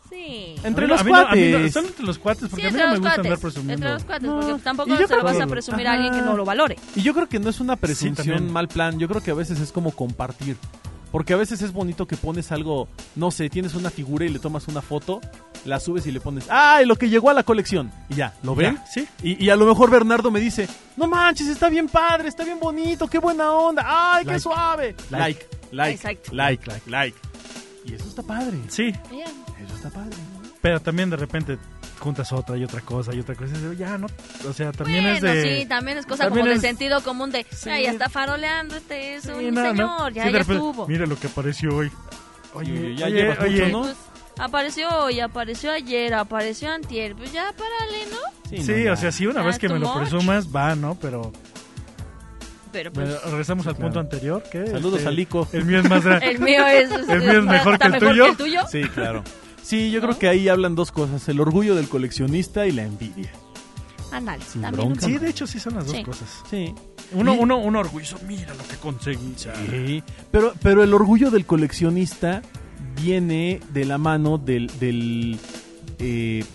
Speaker 3: Sí.
Speaker 4: Entre
Speaker 2: A mí no-
Speaker 4: los
Speaker 2: a mí no- a mí no-
Speaker 4: cuates.
Speaker 2: son entre los cuates, porque
Speaker 3: sí,
Speaker 2: a mí
Speaker 3: entre
Speaker 2: no me
Speaker 3: los
Speaker 2: gusta
Speaker 3: cuates,
Speaker 2: andar presumiendo.
Speaker 3: Entre los cuates,
Speaker 4: No,
Speaker 3: porque
Speaker 4: y yo
Speaker 3: tampoco se
Speaker 4: creo
Speaker 3: lo vas
Speaker 2: que-
Speaker 3: a presumir
Speaker 2: Ajá.
Speaker 3: a alguien que no lo valore.
Speaker 4: Y yo creo que no es una presunción
Speaker 2: también.
Speaker 4: mal plan. Yo creo que a veces es como compartir. Porque a veces es bonito que pones algo, no sé, tienes una figura y le tomas una foto, la subes y le pones, ¡ay, lo que llegó a la colección! Y ya, ¿lo ven?
Speaker 2: Ya, Sí.
Speaker 4: Y, y a lo mejor Bernardo me dice, no manches, está bien padre, está bien bonito, qué buena onda, ¡ay, qué
Speaker 2: Like.
Speaker 4: suave!
Speaker 2: Like.
Speaker 4: like,
Speaker 3: Exacto.
Speaker 4: like, like, like. Y eso está padre,
Speaker 2: Sí,
Speaker 3: Bien.
Speaker 4: eso está padre.
Speaker 2: pero también de repente juntas otra y otra cosa y otra cosa. y Ya, no. O sea, también
Speaker 3: Bueno,
Speaker 2: es de.
Speaker 3: sí, también es cosa
Speaker 2: también
Speaker 3: como
Speaker 2: es-
Speaker 3: de sentido común de,
Speaker 2: Sí.
Speaker 3: ay, ya está faroleando, este es
Speaker 2: Sí,
Speaker 3: un
Speaker 2: no, no.
Speaker 3: señor, ya,
Speaker 2: Sí, de
Speaker 3: ya
Speaker 2: repente,
Speaker 3: estuvo.
Speaker 2: Mira lo que apareció hoy.
Speaker 4: Oye,
Speaker 2: Oye,
Speaker 4: ya
Speaker 2: oye,
Speaker 4: llevas mucho,
Speaker 2: oye.
Speaker 4: ¿no?
Speaker 3: Pues, apareció hoy, apareció ayer, apareció antier, pues ya párale, ¿no?
Speaker 2: Sí,
Speaker 4: no,
Speaker 2: o sea,
Speaker 4: ya.
Speaker 2: sí, una
Speaker 3: Ah,
Speaker 2: vez que
Speaker 3: too
Speaker 2: me lo
Speaker 3: much.
Speaker 2: presumas, va, ¿no? Pero
Speaker 3: Pero pues,
Speaker 2: bueno, regresamos al punto anterior. que
Speaker 4: Saludos
Speaker 2: este,
Speaker 4: a Lico.
Speaker 2: El mío es más grande.
Speaker 3: el mío es,
Speaker 2: El mío es mejor
Speaker 3: está
Speaker 2: que el tuyo.
Speaker 4: Sí, claro. Sí, yo creo que ahí hablan dos cosas, el orgullo del coleccionista y la envidia.
Speaker 3: Ándale,
Speaker 4: Sin
Speaker 3: también un
Speaker 4: bronca.
Speaker 2: Sí, de hecho sí son las dos
Speaker 3: Sí.
Speaker 2: cosas.
Speaker 4: Sí.
Speaker 2: Uno,
Speaker 4: Y-
Speaker 2: uno, uno orgulloso, mira lo que conseguí. Sí.
Speaker 4: Pero, pero el orgullo del coleccionista viene de la mano del... del eh,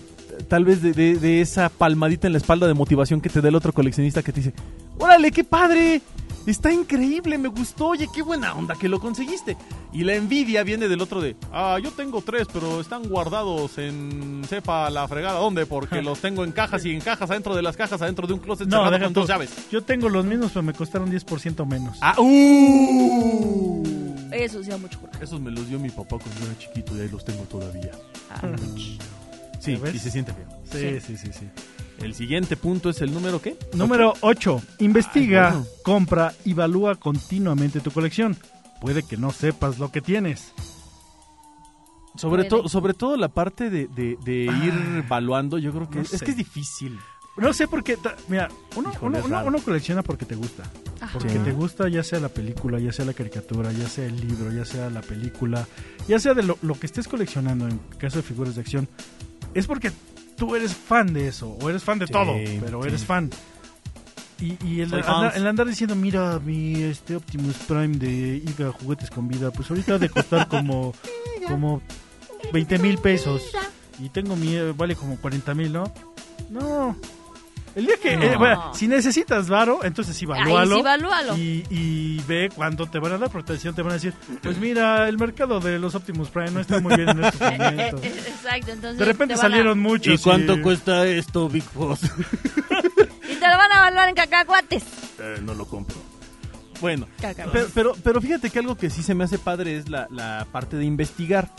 Speaker 4: tal vez de, de- de esa palmadita en la espalda de motivación que te da el otro coleccionista que te dice, órale, qué padre. Está increíble, me gustó, oye, qué buena onda que lo conseguiste. Y la envidia viene del otro de,
Speaker 5: Ah, yo tengo tres, pero están guardados en sepa la fregada dónde, porque los tengo en cajas y en cajas adentro de las cajas, adentro de un closet
Speaker 2: No,
Speaker 5: cerrado
Speaker 2: deja
Speaker 5: con
Speaker 2: tú.
Speaker 5: dos llaves.
Speaker 2: Yo tengo los mismos, pero me costaron 10% menos.
Speaker 5: Ah, uh.
Speaker 3: Eso sí da mucho coraje.
Speaker 4: Esos me los dio mi papá cuando yo era chiquito y ahí los tengo todavía.
Speaker 3: Ah,
Speaker 4: Sí,
Speaker 2: ¿Ya ves?
Speaker 4: y se siente feo.
Speaker 2: sí, sí, sí, sí.
Speaker 4: El siguiente punto es el número qué?
Speaker 2: Número 8. Investiga,
Speaker 4: Ay, bueno.
Speaker 2: compra y valúa continuamente tu colección. Puede que no sepas lo que tienes.
Speaker 4: Sobre,
Speaker 3: Puede.
Speaker 4: todo sobre todo la parte de, de- de ir evaluando, yo creo que
Speaker 2: Ah. no
Speaker 4: es, es
Speaker 2: sé.
Speaker 4: que es difícil.
Speaker 2: No sé por qué. ta- Mira, uno,
Speaker 4: Híjole,
Speaker 2: uno-
Speaker 4: es
Speaker 2: uno-
Speaker 4: raro.
Speaker 2: uno colecciona porque te gusta.
Speaker 3: Ajá.
Speaker 2: Porque te gusta ya sea la película, ya sea la caricatura, ya sea el libro, ya sea la película, ya sea de lo, lo que estés coleccionando en caso de figuras de acción. Es porque tú eres fan de eso, o eres fan de
Speaker 4: Sí,
Speaker 2: todo, pero
Speaker 4: sí.
Speaker 2: eres fan. Y, y el,
Speaker 4: Soy
Speaker 2: andar,
Speaker 4: fans.
Speaker 2: el andar diciendo, mira, mi este Optimus Prime de Iga Juguetes con Vida, pues ahorita ha de costar como, como 20 mil pesos. Y tengo mi, vale como 40 mil, ¿no? No. El día que,
Speaker 3: No.
Speaker 2: eh, bueno, si necesitas varo, entonces sí,
Speaker 3: Ahí
Speaker 2: valúalo.
Speaker 3: sí, valúalo.
Speaker 2: Y, y ve cuándo te van a dar protección, te van a decir, pues mira, el mercado de los Optimus Prime no está muy bien en estos
Speaker 3: Eh, eh,
Speaker 2: momentos.
Speaker 3: eh, Exacto, entonces.
Speaker 2: De repente
Speaker 3: te van a-
Speaker 2: salieron muchos.
Speaker 4: cuesta esto, Big Boss?
Speaker 3: Y te lo van a evaluar en cacahuates.
Speaker 4: eh, no lo compro. Bueno,
Speaker 3: Cacahuates.
Speaker 4: Pero, pero, pero fíjate que algo que sí se me hace padre es la, la parte de investigar.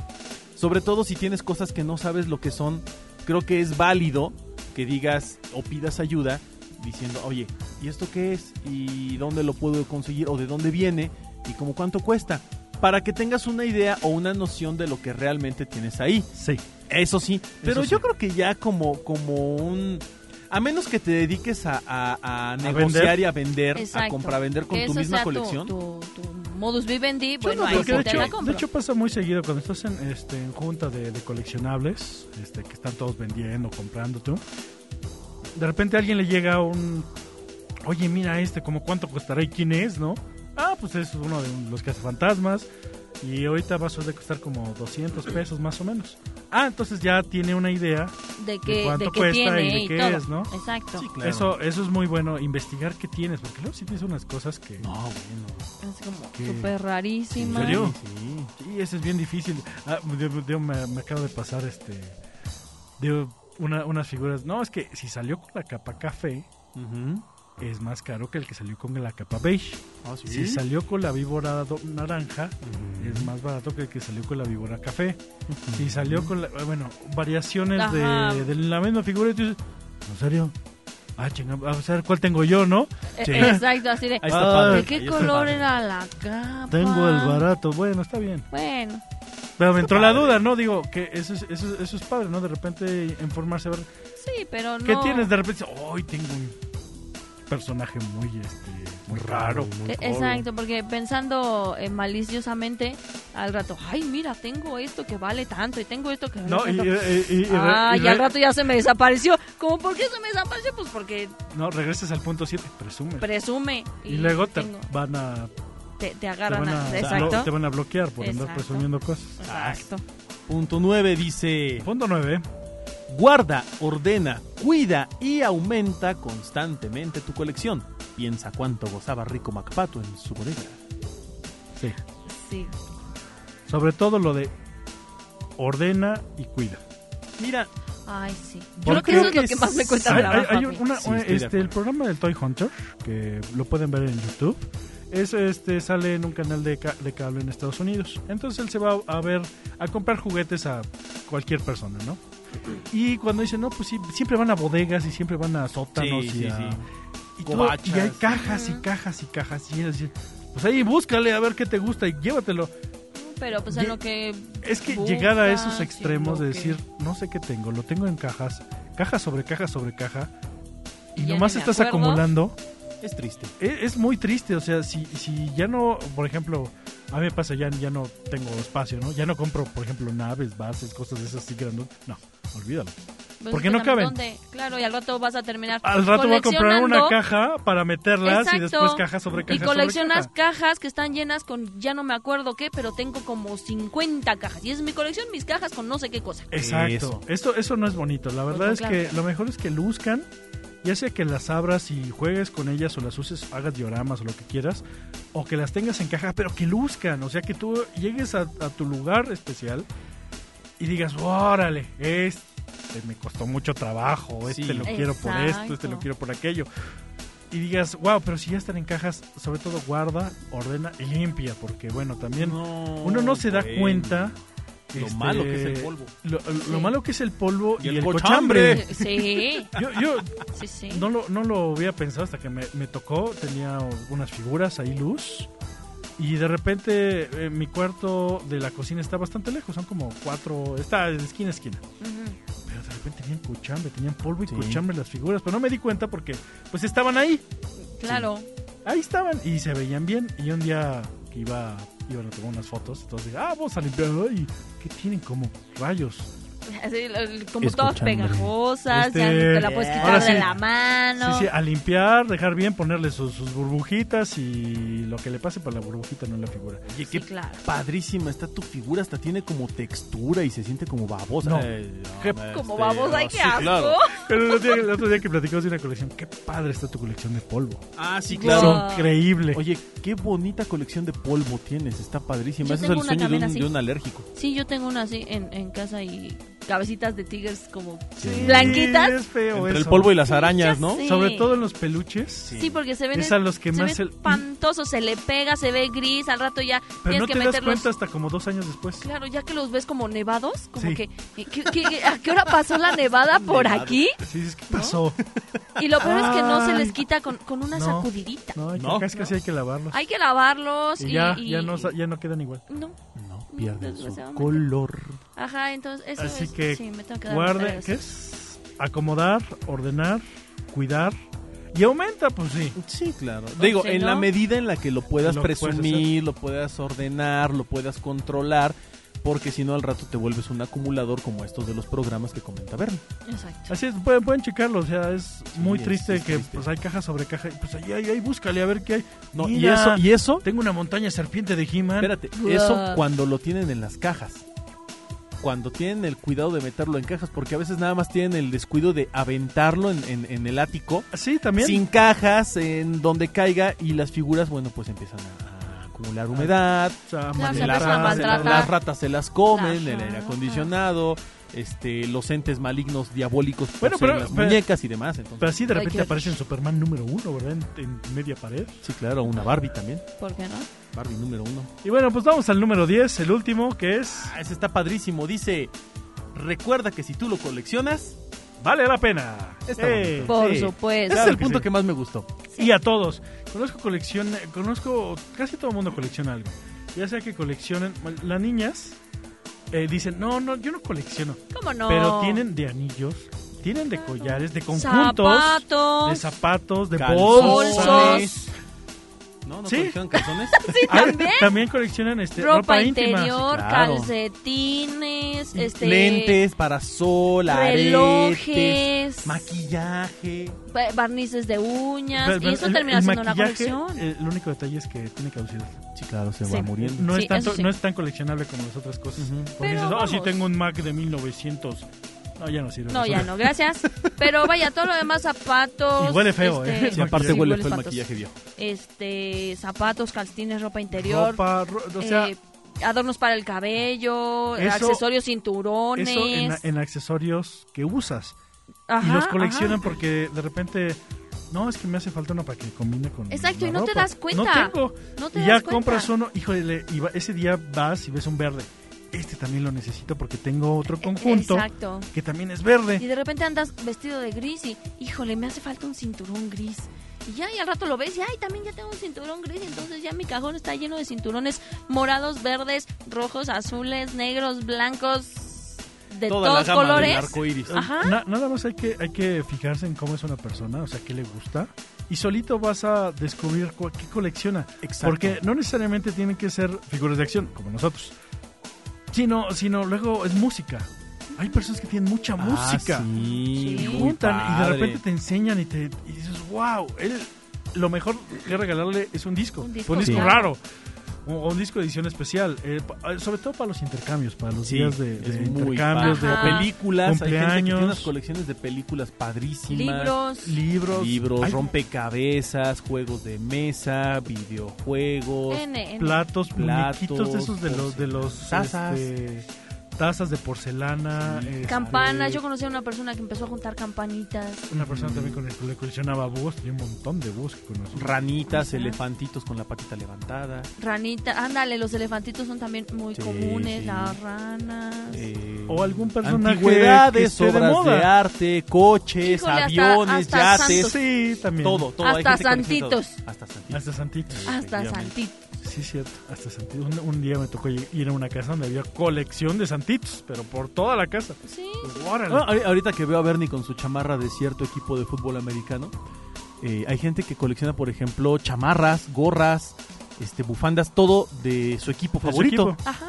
Speaker 4: Sobre todo si tienes cosas que no sabes lo que son, creo que es válido que digas o pidas ayuda diciendo, oye, ¿y esto qué es? ¿Y dónde lo puedo conseguir? ¿O de dónde viene? ¿Y como cuánto cuesta? Para que tengas una idea o una noción de lo que realmente tienes ahí.
Speaker 2: Sí,
Speaker 4: Eso sí, pero
Speaker 2: Eso
Speaker 4: yo
Speaker 2: sí.
Speaker 4: creo que ya como, como un... A menos que te dediques a, a- a negociar
Speaker 2: vender.
Speaker 4: y a vender, a
Speaker 3: Exacto.
Speaker 4: comprar-vender con
Speaker 3: Que
Speaker 4: tu
Speaker 3: eso
Speaker 4: misma
Speaker 3: sea
Speaker 4: colección.
Speaker 3: Tu, tu modus vivendi,
Speaker 2: Yo
Speaker 3: bueno,
Speaker 2: no,
Speaker 3: ahí
Speaker 2: porque
Speaker 3: sí
Speaker 2: de
Speaker 3: te la
Speaker 2: hecho, de
Speaker 3: compro.
Speaker 2: hecho pasa muy seguido cuando estás en, este, en junta de, de coleccionables, este, que están todos vendiendo, comprando tú. De repente a alguien le llega un, oye, mira este, como cuánto costará y quién es, ¿no? Ah, pues es uno de los cazafantasmas y ahorita va a suele costar como 200 pesos más o menos. Ah, entonces ya tiene una idea.
Speaker 3: de qué, de
Speaker 2: cuánto
Speaker 3: qué
Speaker 2: cuesta
Speaker 3: tiene
Speaker 2: y de
Speaker 3: y,
Speaker 2: qué
Speaker 3: todo.
Speaker 2: es, ¿no?
Speaker 3: Exacto.
Speaker 4: Sí, claro.
Speaker 2: Eso, eso es muy bueno, investigar qué tienes, porque luego sí tienes unas cosas que...
Speaker 4: No, bueno.
Speaker 3: Es como
Speaker 2: ¿Qué?
Speaker 3: súper rarísima.
Speaker 2: ¿En serio?
Speaker 4: Sí.
Speaker 2: Sí, eso es bien difícil. Ah, de- de- me, me acabo de pasar este de una- unas figuras. No, es que si salió con la capa café,
Speaker 4: Ujú.
Speaker 2: es más caro que el que salió con la capa beige.
Speaker 4: Ah, sí.
Speaker 2: Si salió con la víbora do- naranja, es más barato que el que salió con la víbora café. Si salió con la. Bueno, variaciones
Speaker 3: Ajá.
Speaker 2: de, de la misma figura. Y tú dices, ¿en serio? Ah, chingada, a ver cuál tengo yo, ¿no?
Speaker 3: Eh,
Speaker 4: Sí.
Speaker 3: Exacto, así de.
Speaker 4: Ahí
Speaker 2: Ah,
Speaker 4: está padre.
Speaker 3: ¿De qué
Speaker 4: Ahí está
Speaker 3: color
Speaker 4: padre.
Speaker 3: era la capa?
Speaker 2: Tengo el barato. Bueno, está bien.
Speaker 3: Bueno,
Speaker 2: Pero me entró la
Speaker 4: padre.
Speaker 2: duda, ¿no? Digo, que eso es, eso, es- eso es padre, ¿no? De repente informarse, a ver
Speaker 3: sí, pero no.
Speaker 2: ¿Qué tienes de repente? Hoy tengo un personaje muy, este, muy raro. muy
Speaker 3: Eh,
Speaker 2: cool".
Speaker 3: Exacto, porque pensando eh, maliciosamente al rato, ay, mira, tengo esto que vale tanto y tengo esto que vale
Speaker 2: No, y,
Speaker 3: tanto.
Speaker 2: y- y- y-
Speaker 3: ah,
Speaker 2: y-
Speaker 3: y al rato ya se me desapareció. ¿Cómo por qué se me desapareció? Pues porque
Speaker 2: no, regresas al punto 7, presume.
Speaker 3: presume.
Speaker 2: y luego te
Speaker 3: tengo-
Speaker 2: van a
Speaker 3: te, te
Speaker 2: te
Speaker 3: agarran
Speaker 2: van
Speaker 3: a-
Speaker 2: a,
Speaker 3: Exacto.
Speaker 2: te van a bloquear por andar
Speaker 3: Exacto.
Speaker 2: presumiendo cosas.
Speaker 3: Exacto.
Speaker 2: Ah.
Speaker 4: Punto 9 dice,
Speaker 2: Punto 9.
Speaker 4: guarda, ordena, cuida y aumenta constantemente tu colección. Piensa cuánto gozaba Rico Macpato en su bodega.
Speaker 2: Sí.
Speaker 3: Sí.
Speaker 2: Sobre todo lo de ordena y cuida.
Speaker 4: Mira,
Speaker 3: Ay, sí. Yo
Speaker 2: Porque
Speaker 3: creo que eso es
Speaker 4: creo
Speaker 3: lo
Speaker 4: que
Speaker 3: que más me cuesta
Speaker 4: sí.
Speaker 2: Hay,
Speaker 3: trabajo.
Speaker 2: hay- hay
Speaker 3: a mí.
Speaker 2: una-
Speaker 4: Sí, estoy de
Speaker 2: este, el
Speaker 4: acuerdo.
Speaker 2: programa del Toy Hunter, que lo pueden ver en YouTube, es, este, sale en un canal de, ca- de cable en Estados Unidos. Entonces él se va a ver, a comprar juguetes a cualquier persona, ¿no? Y cuando dicen, no, pues sí, siempre van a bodegas y siempre van a sótanos
Speaker 4: sí,
Speaker 2: y
Speaker 4: sí,
Speaker 2: a-
Speaker 4: sí.
Speaker 2: y, todo-
Speaker 4: Covachas.
Speaker 2: y hay cajas y
Speaker 3: Ujú.
Speaker 2: cajas y cajas. Y él dice, pues ahí búscale a ver qué te gusta y llévatelo.
Speaker 3: Pero pues en
Speaker 2: Ye-
Speaker 3: lo que.
Speaker 2: Es que
Speaker 3: buscas
Speaker 2: llegar a esos
Speaker 3: y
Speaker 2: extremos de
Speaker 3: lo que-
Speaker 2: decir, no sé qué tengo, lo tengo en cajas, caja sobre caja sobre caja, y
Speaker 3: Y ya
Speaker 2: nomás
Speaker 3: ni me
Speaker 2: estás
Speaker 3: acuerdo.
Speaker 2: acumulando,
Speaker 4: es triste.
Speaker 2: e- es, muy triste. O sea, si, si ya no, por ejemplo, a mí me pasa, ya, ya no tengo espacio, ¿no? Ya no compro, por ejemplo, naves, bases, cosas de esas así grandes. No, olvídalo.
Speaker 3: pues,
Speaker 2: porque no
Speaker 3: déjame
Speaker 2: caben.
Speaker 3: dónde. Claro, y al rato vas a terminar.
Speaker 2: Al rato voy a comprar una
Speaker 3: coleccionando
Speaker 2: caja para meterlas y
Speaker 3: Exacto.
Speaker 2: después caja sobre caja.
Speaker 3: Y
Speaker 2: sobre
Speaker 3: coleccionas
Speaker 2: caja.
Speaker 3: cajas que están llenas con ya no me acuerdo qué, pero tengo como 50 cajas. Y es mi colección, mis cajas con no sé qué cosa.
Speaker 2: Exacto.
Speaker 4: Eso.
Speaker 2: Esto, eso no es bonito. La verdad
Speaker 3: no,
Speaker 2: es
Speaker 3: claro.
Speaker 2: que lo mejor es que luzcan. Ya sea que las abras y juegues con ellas o las uses, hagas dioramas o lo que quieras, o que las tengas en caja, pero que luzcan. O sea, que tú llegues a, a tu lugar especial y digas, órale, este me costó mucho trabajo, este
Speaker 4: Sí.
Speaker 2: lo quiero por esto, este
Speaker 3: Exacto.
Speaker 2: lo quiero por aquello. Y digas, wow, pero si ya están en cajas, sobre todo guarda, ordena y limpia, porque bueno, también uno no se da cuenta
Speaker 5: Lo
Speaker 2: Este,
Speaker 5: malo que es el polvo.
Speaker 2: Lo, lo malo que es el polvo y,
Speaker 5: Y el
Speaker 2: el
Speaker 5: cochambre.
Speaker 2: cochambre.
Speaker 3: Eh, Sí,
Speaker 2: Yo, yo
Speaker 3: sí, sí.
Speaker 2: no, lo, no lo había pensado hasta que me, me tocó. Tenía unas figuras ahí, luz. Y de repente eh, mi cuarto de la cocina está bastante lejos. Son como cuatro. Está de esquina a esquina.
Speaker 3: Ujú.
Speaker 2: Pero de repente tenían cochambre, tenían polvo y
Speaker 4: Sí.
Speaker 2: cochambre las figuras. Pero no me di cuenta porque pues estaban ahí.
Speaker 3: Claro.
Speaker 2: Ahí estaban y se veían bien. Y un día que iba, iban a tomar unas fotos, entonces dije, ah, vamos a limpiar. Ay, ¿qué tienen como? Rayos.
Speaker 3: Así, lo- lo- como
Speaker 4: Es
Speaker 3: todas
Speaker 4: cochambre.
Speaker 3: pegajosas, ya
Speaker 2: Este,
Speaker 3: ni te la puedes quitar
Speaker 2: ahora
Speaker 3: de
Speaker 2: sí.
Speaker 3: la mano.
Speaker 2: Sí, ah, sí, a limpiar, dejar bien, ponerle sus, sus burbujitas y lo que le pase para la burbujita, no en la figura.
Speaker 4: Oye,
Speaker 3: Sí,
Speaker 4: qué
Speaker 3: claro.
Speaker 4: padrísima está tu figura, hasta tiene como textura y se siente como babosa.
Speaker 2: No.
Speaker 4: Eh,
Speaker 2: Qué-
Speaker 4: hombre,
Speaker 3: Como
Speaker 4: este,
Speaker 3: vamos, ay,
Speaker 4: ah,
Speaker 3: qué
Speaker 4: sí,
Speaker 3: asco.
Speaker 4: claro.
Speaker 2: Pero el otro día, el otro día que platicamos de una colección, qué padre está tu colección de polvo.
Speaker 4: Ah, sí,
Speaker 3: Guau.
Speaker 4: claro.
Speaker 3: Ah.
Speaker 2: Increíble.
Speaker 4: Oye, qué bonita colección de polvo tienes, está padrísima.
Speaker 3: Yo
Speaker 4: Eso es
Speaker 3: tengo
Speaker 4: el
Speaker 3: una
Speaker 4: sueño de
Speaker 3: también
Speaker 4: un,
Speaker 3: así.
Speaker 4: de un alérgico.
Speaker 3: Sí, yo tengo una así en, en casa y cabecitas de tigres como
Speaker 2: Sí,
Speaker 3: blanquitas.
Speaker 2: es feo
Speaker 5: Entre el
Speaker 2: eso.
Speaker 5: polvo y las arañas,
Speaker 3: ya
Speaker 5: ¿no?
Speaker 3: sé.
Speaker 2: Sobre todo en los peluches.
Speaker 3: Sí, porque se ven
Speaker 2: Es a los que
Speaker 3: se
Speaker 2: más
Speaker 3: ve
Speaker 2: el-
Speaker 3: espantoso, se le pega, se ve gris, al rato ya
Speaker 2: Pero
Speaker 3: tienes
Speaker 2: no
Speaker 3: que
Speaker 2: te das
Speaker 3: meterlos.
Speaker 2: cuenta hasta como dos años después.
Speaker 3: Claro, ya que los ves como nevados, como
Speaker 2: Sí.
Speaker 3: que eh, ¿qué- qué- qué- ¿a qué hora pasó la nevada por aquí?
Speaker 2: Sí, dices, ¿qué pasó?
Speaker 3: Y lo peor es que no se
Speaker 2: Ay.
Speaker 3: les quita con, con una
Speaker 2: No.
Speaker 3: sacudidita.
Speaker 2: No, hay que-
Speaker 5: No.
Speaker 2: casi, casi hay que lavarlos.
Speaker 3: Hay que lavarlos y,
Speaker 2: y ya,
Speaker 3: y-
Speaker 2: ya, no, sa- ya no quedan igual.
Speaker 3: no.
Speaker 4: No,
Speaker 3: No,
Speaker 4: pierden su
Speaker 3: desgraciadamente.
Speaker 4: color.
Speaker 3: Ajá, entonces eso
Speaker 2: Así
Speaker 3: es-
Speaker 2: que
Speaker 3: sí, me tengo que dar mis
Speaker 2: Guarde,
Speaker 3: tareas.
Speaker 2: ¿qué es? Acomodar, ordenar, cuidar y aumenta, pues sí.
Speaker 4: Sí, claro. Digo,
Speaker 3: si
Speaker 4: en
Speaker 3: no-
Speaker 4: la medida en la que lo puedas
Speaker 2: Lo puedes
Speaker 4: presumir, lo puedas ordenar, lo puedas controlar, porque si no al rato te vuelves un acumulador como estos de los programas que comenta Bernie.
Speaker 3: Exacto.
Speaker 2: Así es, pueden, pueden checarlo, o sea, es muy
Speaker 4: es-
Speaker 2: triste
Speaker 4: es
Speaker 2: que
Speaker 4: triste.
Speaker 2: pues hay caja sobre caja, y, pues ahí, ahí, ahí, búscale a ver qué hay.
Speaker 4: No, y
Speaker 2: Mira, Ah.
Speaker 4: eso, y eso,
Speaker 2: tengo una montaña serpiente de He-Man.
Speaker 4: espérate,
Speaker 3: Guau.
Speaker 4: eso cuando lo tienen en las cajas. Cuando tienen el cuidado de meterlo en cajas, porque a veces nada más tienen el descuido de aventarlo en, en- en el ático,
Speaker 2: Ah, Sí, también.
Speaker 4: sin cajas, en donde caiga, y las figuras, bueno, pues empiezan a a acumular humedad,
Speaker 2: O sea,
Speaker 3: Claro, se
Speaker 4: las,
Speaker 3: empiezan a
Speaker 4: ratas, se la-
Speaker 3: maltratar.
Speaker 4: las ratas se las comen,
Speaker 3: Las
Speaker 4: el aire
Speaker 3: ratas.
Speaker 4: acondicionado, este, los entes malignos diabólicos,
Speaker 2: Bueno,
Speaker 4: bueno,
Speaker 2: pero-
Speaker 4: las
Speaker 2: pero-
Speaker 4: muñecas y demás. Entonces,
Speaker 2: Pero así de
Speaker 3: Hay
Speaker 2: repente
Speaker 3: que-
Speaker 2: aparece en Superman número uno, ¿verdad? En, en media pared.
Speaker 4: sí, claro, una Barbie también.
Speaker 3: ¿Por qué no?
Speaker 4: Barbie número uno.
Speaker 2: Y bueno, pues vamos al número 10, el último, que es...
Speaker 4: Ah, ese está padrísimo. Dice, recuerda que si tú lo coleccionas,
Speaker 2: Vale la pena.
Speaker 4: Está
Speaker 2: Eh,
Speaker 4: bonito.
Speaker 3: Por
Speaker 4: Sí.
Speaker 3: supuesto.
Speaker 4: ese es
Speaker 2: Claro
Speaker 4: el
Speaker 2: que
Speaker 4: punto
Speaker 2: sí.
Speaker 4: que más me gustó.
Speaker 2: y a todos. Conozco colección, conozco, casi todo el mundo colecciona algo. Ya sea que coleccionen, las niñas eh, dicen, no, no, yo no colecciono.
Speaker 3: ¿Cómo no?
Speaker 2: Pero tienen de anillos, tienen de collares, de conjuntos,
Speaker 3: Zapatos.
Speaker 2: de zapatos, de
Speaker 4: Calzones.
Speaker 2: bolsas.
Speaker 4: ¿No? ¿No
Speaker 2: Sí.
Speaker 4: coleccionan calzones?
Speaker 2: Ah,
Speaker 3: también.
Speaker 2: coleccionan este, ropa,
Speaker 3: ropa,
Speaker 2: íntima.
Speaker 3: interior,
Speaker 4: Sí, claro.
Speaker 3: calcetines, este,
Speaker 4: Lentes, parasol, aretes,
Speaker 3: relojes,
Speaker 4: maquillaje.
Speaker 3: ba- barnices de uñas.
Speaker 2: Pero- pero
Speaker 3: y eso
Speaker 2: el-
Speaker 3: termina
Speaker 2: el
Speaker 3: siendo una
Speaker 2: maquillaje,
Speaker 3: colección.
Speaker 2: eh, El único detalle es que tiene caducidad.
Speaker 4: Sí, claro, se
Speaker 3: Sí.
Speaker 4: va muriendo.
Speaker 2: No,
Speaker 3: Sí,
Speaker 2: es tanto-
Speaker 3: eso sí.
Speaker 2: no es tan coleccionable como las otras cosas.
Speaker 4: Ujú.
Speaker 2: Porque
Speaker 3: Pero
Speaker 2: dices, oh, sí
Speaker 3: vamos.
Speaker 2: tengo un Mac de 1900. No, ya no sirve.
Speaker 3: No,
Speaker 2: eso
Speaker 3: ya no, gracias. Pero vaya, todo lo demás, zapatos.
Speaker 2: Y huele feo,
Speaker 3: este,
Speaker 2: ¿eh?
Speaker 4: Sí, aparte
Speaker 2: Sí,
Speaker 4: huele
Speaker 3: huele
Speaker 4: fue el
Speaker 3: espantoso.
Speaker 4: maquillaje viejo.
Speaker 3: Este, zapatos, calcetines, ropa interior.
Speaker 2: Ropa, ro- o sea,
Speaker 3: eh, adornos para el cabello,
Speaker 2: Eso-
Speaker 3: accesorios, cinturones.
Speaker 2: eso en, en accesorios que usas.
Speaker 3: Ajá,
Speaker 2: y los
Speaker 3: ajá.
Speaker 2: coleccionan porque de repente, no, es que me hace falta uno para que combine con.
Speaker 3: Exacto,
Speaker 2: la
Speaker 3: y no te
Speaker 2: ropa.
Speaker 3: das cuenta.
Speaker 2: No tengo.
Speaker 3: No te
Speaker 2: y
Speaker 3: das
Speaker 2: ya
Speaker 3: cuenta.
Speaker 2: compras uno, híjole, y va- ese día vas y ves un verde. Este también lo necesito porque tengo otro conjunto
Speaker 3: E, Exacto.
Speaker 2: que también es
Speaker 3: Y
Speaker 2: verde.
Speaker 3: de repente andas vestido de gris y, híjole, me hace falta un cinturón gris. Y ya, y al rato lo ves y, ay, también ya tengo un cinturón gris. y Entonces ya mi cajón está lleno de cinturones morados, verdes, rojos, azules, negros, blancos, de todos
Speaker 5: del
Speaker 3: colores.
Speaker 5: arco iris.
Speaker 3: Ajá.
Speaker 2: Na- nada más hay que, hay que fijarse en cómo es una persona, o sea, qué le gusta. Y solito vas a descubrir cu- qué colecciona.
Speaker 4: Exacto.
Speaker 2: Porque no necesariamente tienen que ser figuras de acción, como nosotros. Sino, sino luego es música. Hay personas que tienen mucha música.
Speaker 4: Ah, Sí,
Speaker 3: Sí.
Speaker 2: Y
Speaker 4: muy
Speaker 2: juntan y de
Speaker 4: padre.
Speaker 2: repente te enseñan y, te, y dices, wow, él, lo mejor que regalarle es un disco.
Speaker 3: Un
Speaker 2: Un
Speaker 3: disco,
Speaker 2: disco,
Speaker 3: claro.
Speaker 2: raro. O, o un disco de edición especial. eh, pa- eh, sobre todo para los intercambios, para los
Speaker 4: Sí,
Speaker 2: días de, de
Speaker 4: es muy
Speaker 2: intercambios,
Speaker 4: padre.
Speaker 2: de
Speaker 3: Ajá.
Speaker 4: películas, hay gente que
Speaker 2: Cumpleaños.
Speaker 4: tiene unas colecciones de películas padrísimas.
Speaker 3: Libros.
Speaker 2: libros.
Speaker 4: libros,
Speaker 2: Hay
Speaker 4: rompecabezas, juegos de mesa, videojuegos.
Speaker 3: N, N.
Speaker 2: platos,
Speaker 4: Platos,
Speaker 2: muñequitos de esos de los de los
Speaker 4: tazas.
Speaker 2: este, tazas de porcelana. este,
Speaker 3: Campanas, yo conocí a una persona que empezó a juntar campanitas.
Speaker 2: Una persona también con el que le coleccionaba búhos, tenía un montón de búhos que conocí.
Speaker 4: Ranitas, elefantitos con la patita levantada.
Speaker 3: Ranita, ándale, los elefantitos son también muy
Speaker 4: Sí,
Speaker 3: comunes,
Speaker 4: sí.
Speaker 3: las ranas.
Speaker 4: eh,
Speaker 2: O algún personaje que
Speaker 4: antigüedades,
Speaker 2: esté de
Speaker 4: obras de,
Speaker 2: moda.
Speaker 4: arte, coches,
Speaker 3: Híjole, hasta-
Speaker 4: aviones,
Speaker 3: hasta
Speaker 4: yates,
Speaker 3: santos.
Speaker 2: Sí, también.
Speaker 4: todo, todo. Hay
Speaker 3: Hasta
Speaker 4: gente que colecciona todo.
Speaker 3: santitos.
Speaker 4: Hasta santitos.
Speaker 2: Hasta Santito.
Speaker 3: Hasta
Speaker 4: Efectivamente.
Speaker 3: santitos.
Speaker 2: Sí, cierto. Hasta Santito. Un, un día me tocó ir a una casa donde había colección de Santitos, pero por toda la casa. Pues,
Speaker 3: Sí.
Speaker 2: Órale.
Speaker 4: Ah, ahori- ahorita que veo a Bernie con su chamarra de cierto equipo de fútbol americano, eh, hay gente que colecciona, por ejemplo, chamarras, gorras, este, bufandas, todo de su equipo
Speaker 2: De su
Speaker 4: favorito.
Speaker 2: equipo.
Speaker 3: Ajá.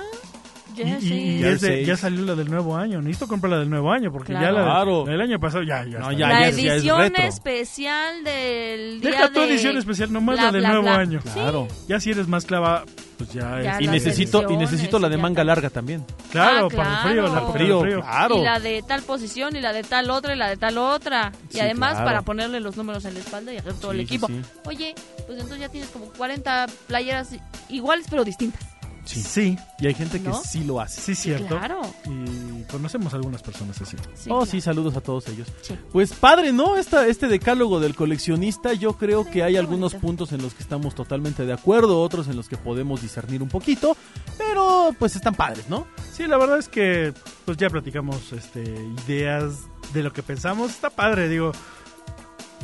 Speaker 2: Y, y- y es
Speaker 3: Jerseys.
Speaker 2: de-
Speaker 4: Jerseys.
Speaker 2: ya salió la del nuevo año. Necesito comprar la del nuevo año porque ya la,
Speaker 4: Claro.
Speaker 2: la del año pasado ya, ya.
Speaker 4: No,
Speaker 2: está.
Speaker 4: ya,
Speaker 3: la
Speaker 4: Ah, ya es- ya es
Speaker 3: edición
Speaker 4: retro.
Speaker 3: especial del día
Speaker 2: Deja tu
Speaker 3: de-
Speaker 2: edición especial, nomás
Speaker 3: bla,
Speaker 2: la del
Speaker 3: bla,
Speaker 2: nuevo
Speaker 3: bla.
Speaker 2: año.
Speaker 4: Claro.
Speaker 2: Ya si eres más clava, pues ya,
Speaker 3: Ya
Speaker 2: es-
Speaker 4: Y
Speaker 3: Las
Speaker 4: necesito, y
Speaker 3: ediciones,
Speaker 4: necesito la de
Speaker 3: ya
Speaker 4: manga
Speaker 3: tal.
Speaker 4: larga también.
Speaker 2: Claro,
Speaker 3: Ah,
Speaker 2: para el frío,
Speaker 3: claro.
Speaker 2: la época del
Speaker 4: Frío,
Speaker 2: frío.
Speaker 4: claro.
Speaker 3: Y la de tal posición, y la de tal otra, y la de tal otra.
Speaker 4: Sí,
Speaker 3: y además
Speaker 4: claro.
Speaker 3: para ponerle los números en la espalda y hacer todo el
Speaker 4: Sí,
Speaker 3: equipo.
Speaker 4: sí,
Speaker 3: Oye, pues entonces ya tienes como 40 playeras iguales pero distintas.
Speaker 4: Sí.
Speaker 2: Sí,
Speaker 4: Y hay gente que
Speaker 3: ¿No?
Speaker 4: sí lo hace.
Speaker 2: sí, cierto.
Speaker 3: Claro.
Speaker 2: Y conocemos algunas personas así.
Speaker 3: Sí,
Speaker 4: oh,
Speaker 3: claro.
Speaker 4: sí, saludos a todos ellos.
Speaker 3: Sí.
Speaker 4: Pues padre, ¿no? Esta, este decálogo del coleccionista, yo creo
Speaker 3: Sí,
Speaker 4: que hay
Speaker 3: qué
Speaker 4: algunos
Speaker 3: bonito.
Speaker 4: puntos en los que estamos totalmente de acuerdo, otros en los que podemos discernir un poquito, pero pues están padres, ¿no?
Speaker 2: Sí, la verdad es que pues ya platicamos este, ideas de lo que pensamos. Está padre, digo.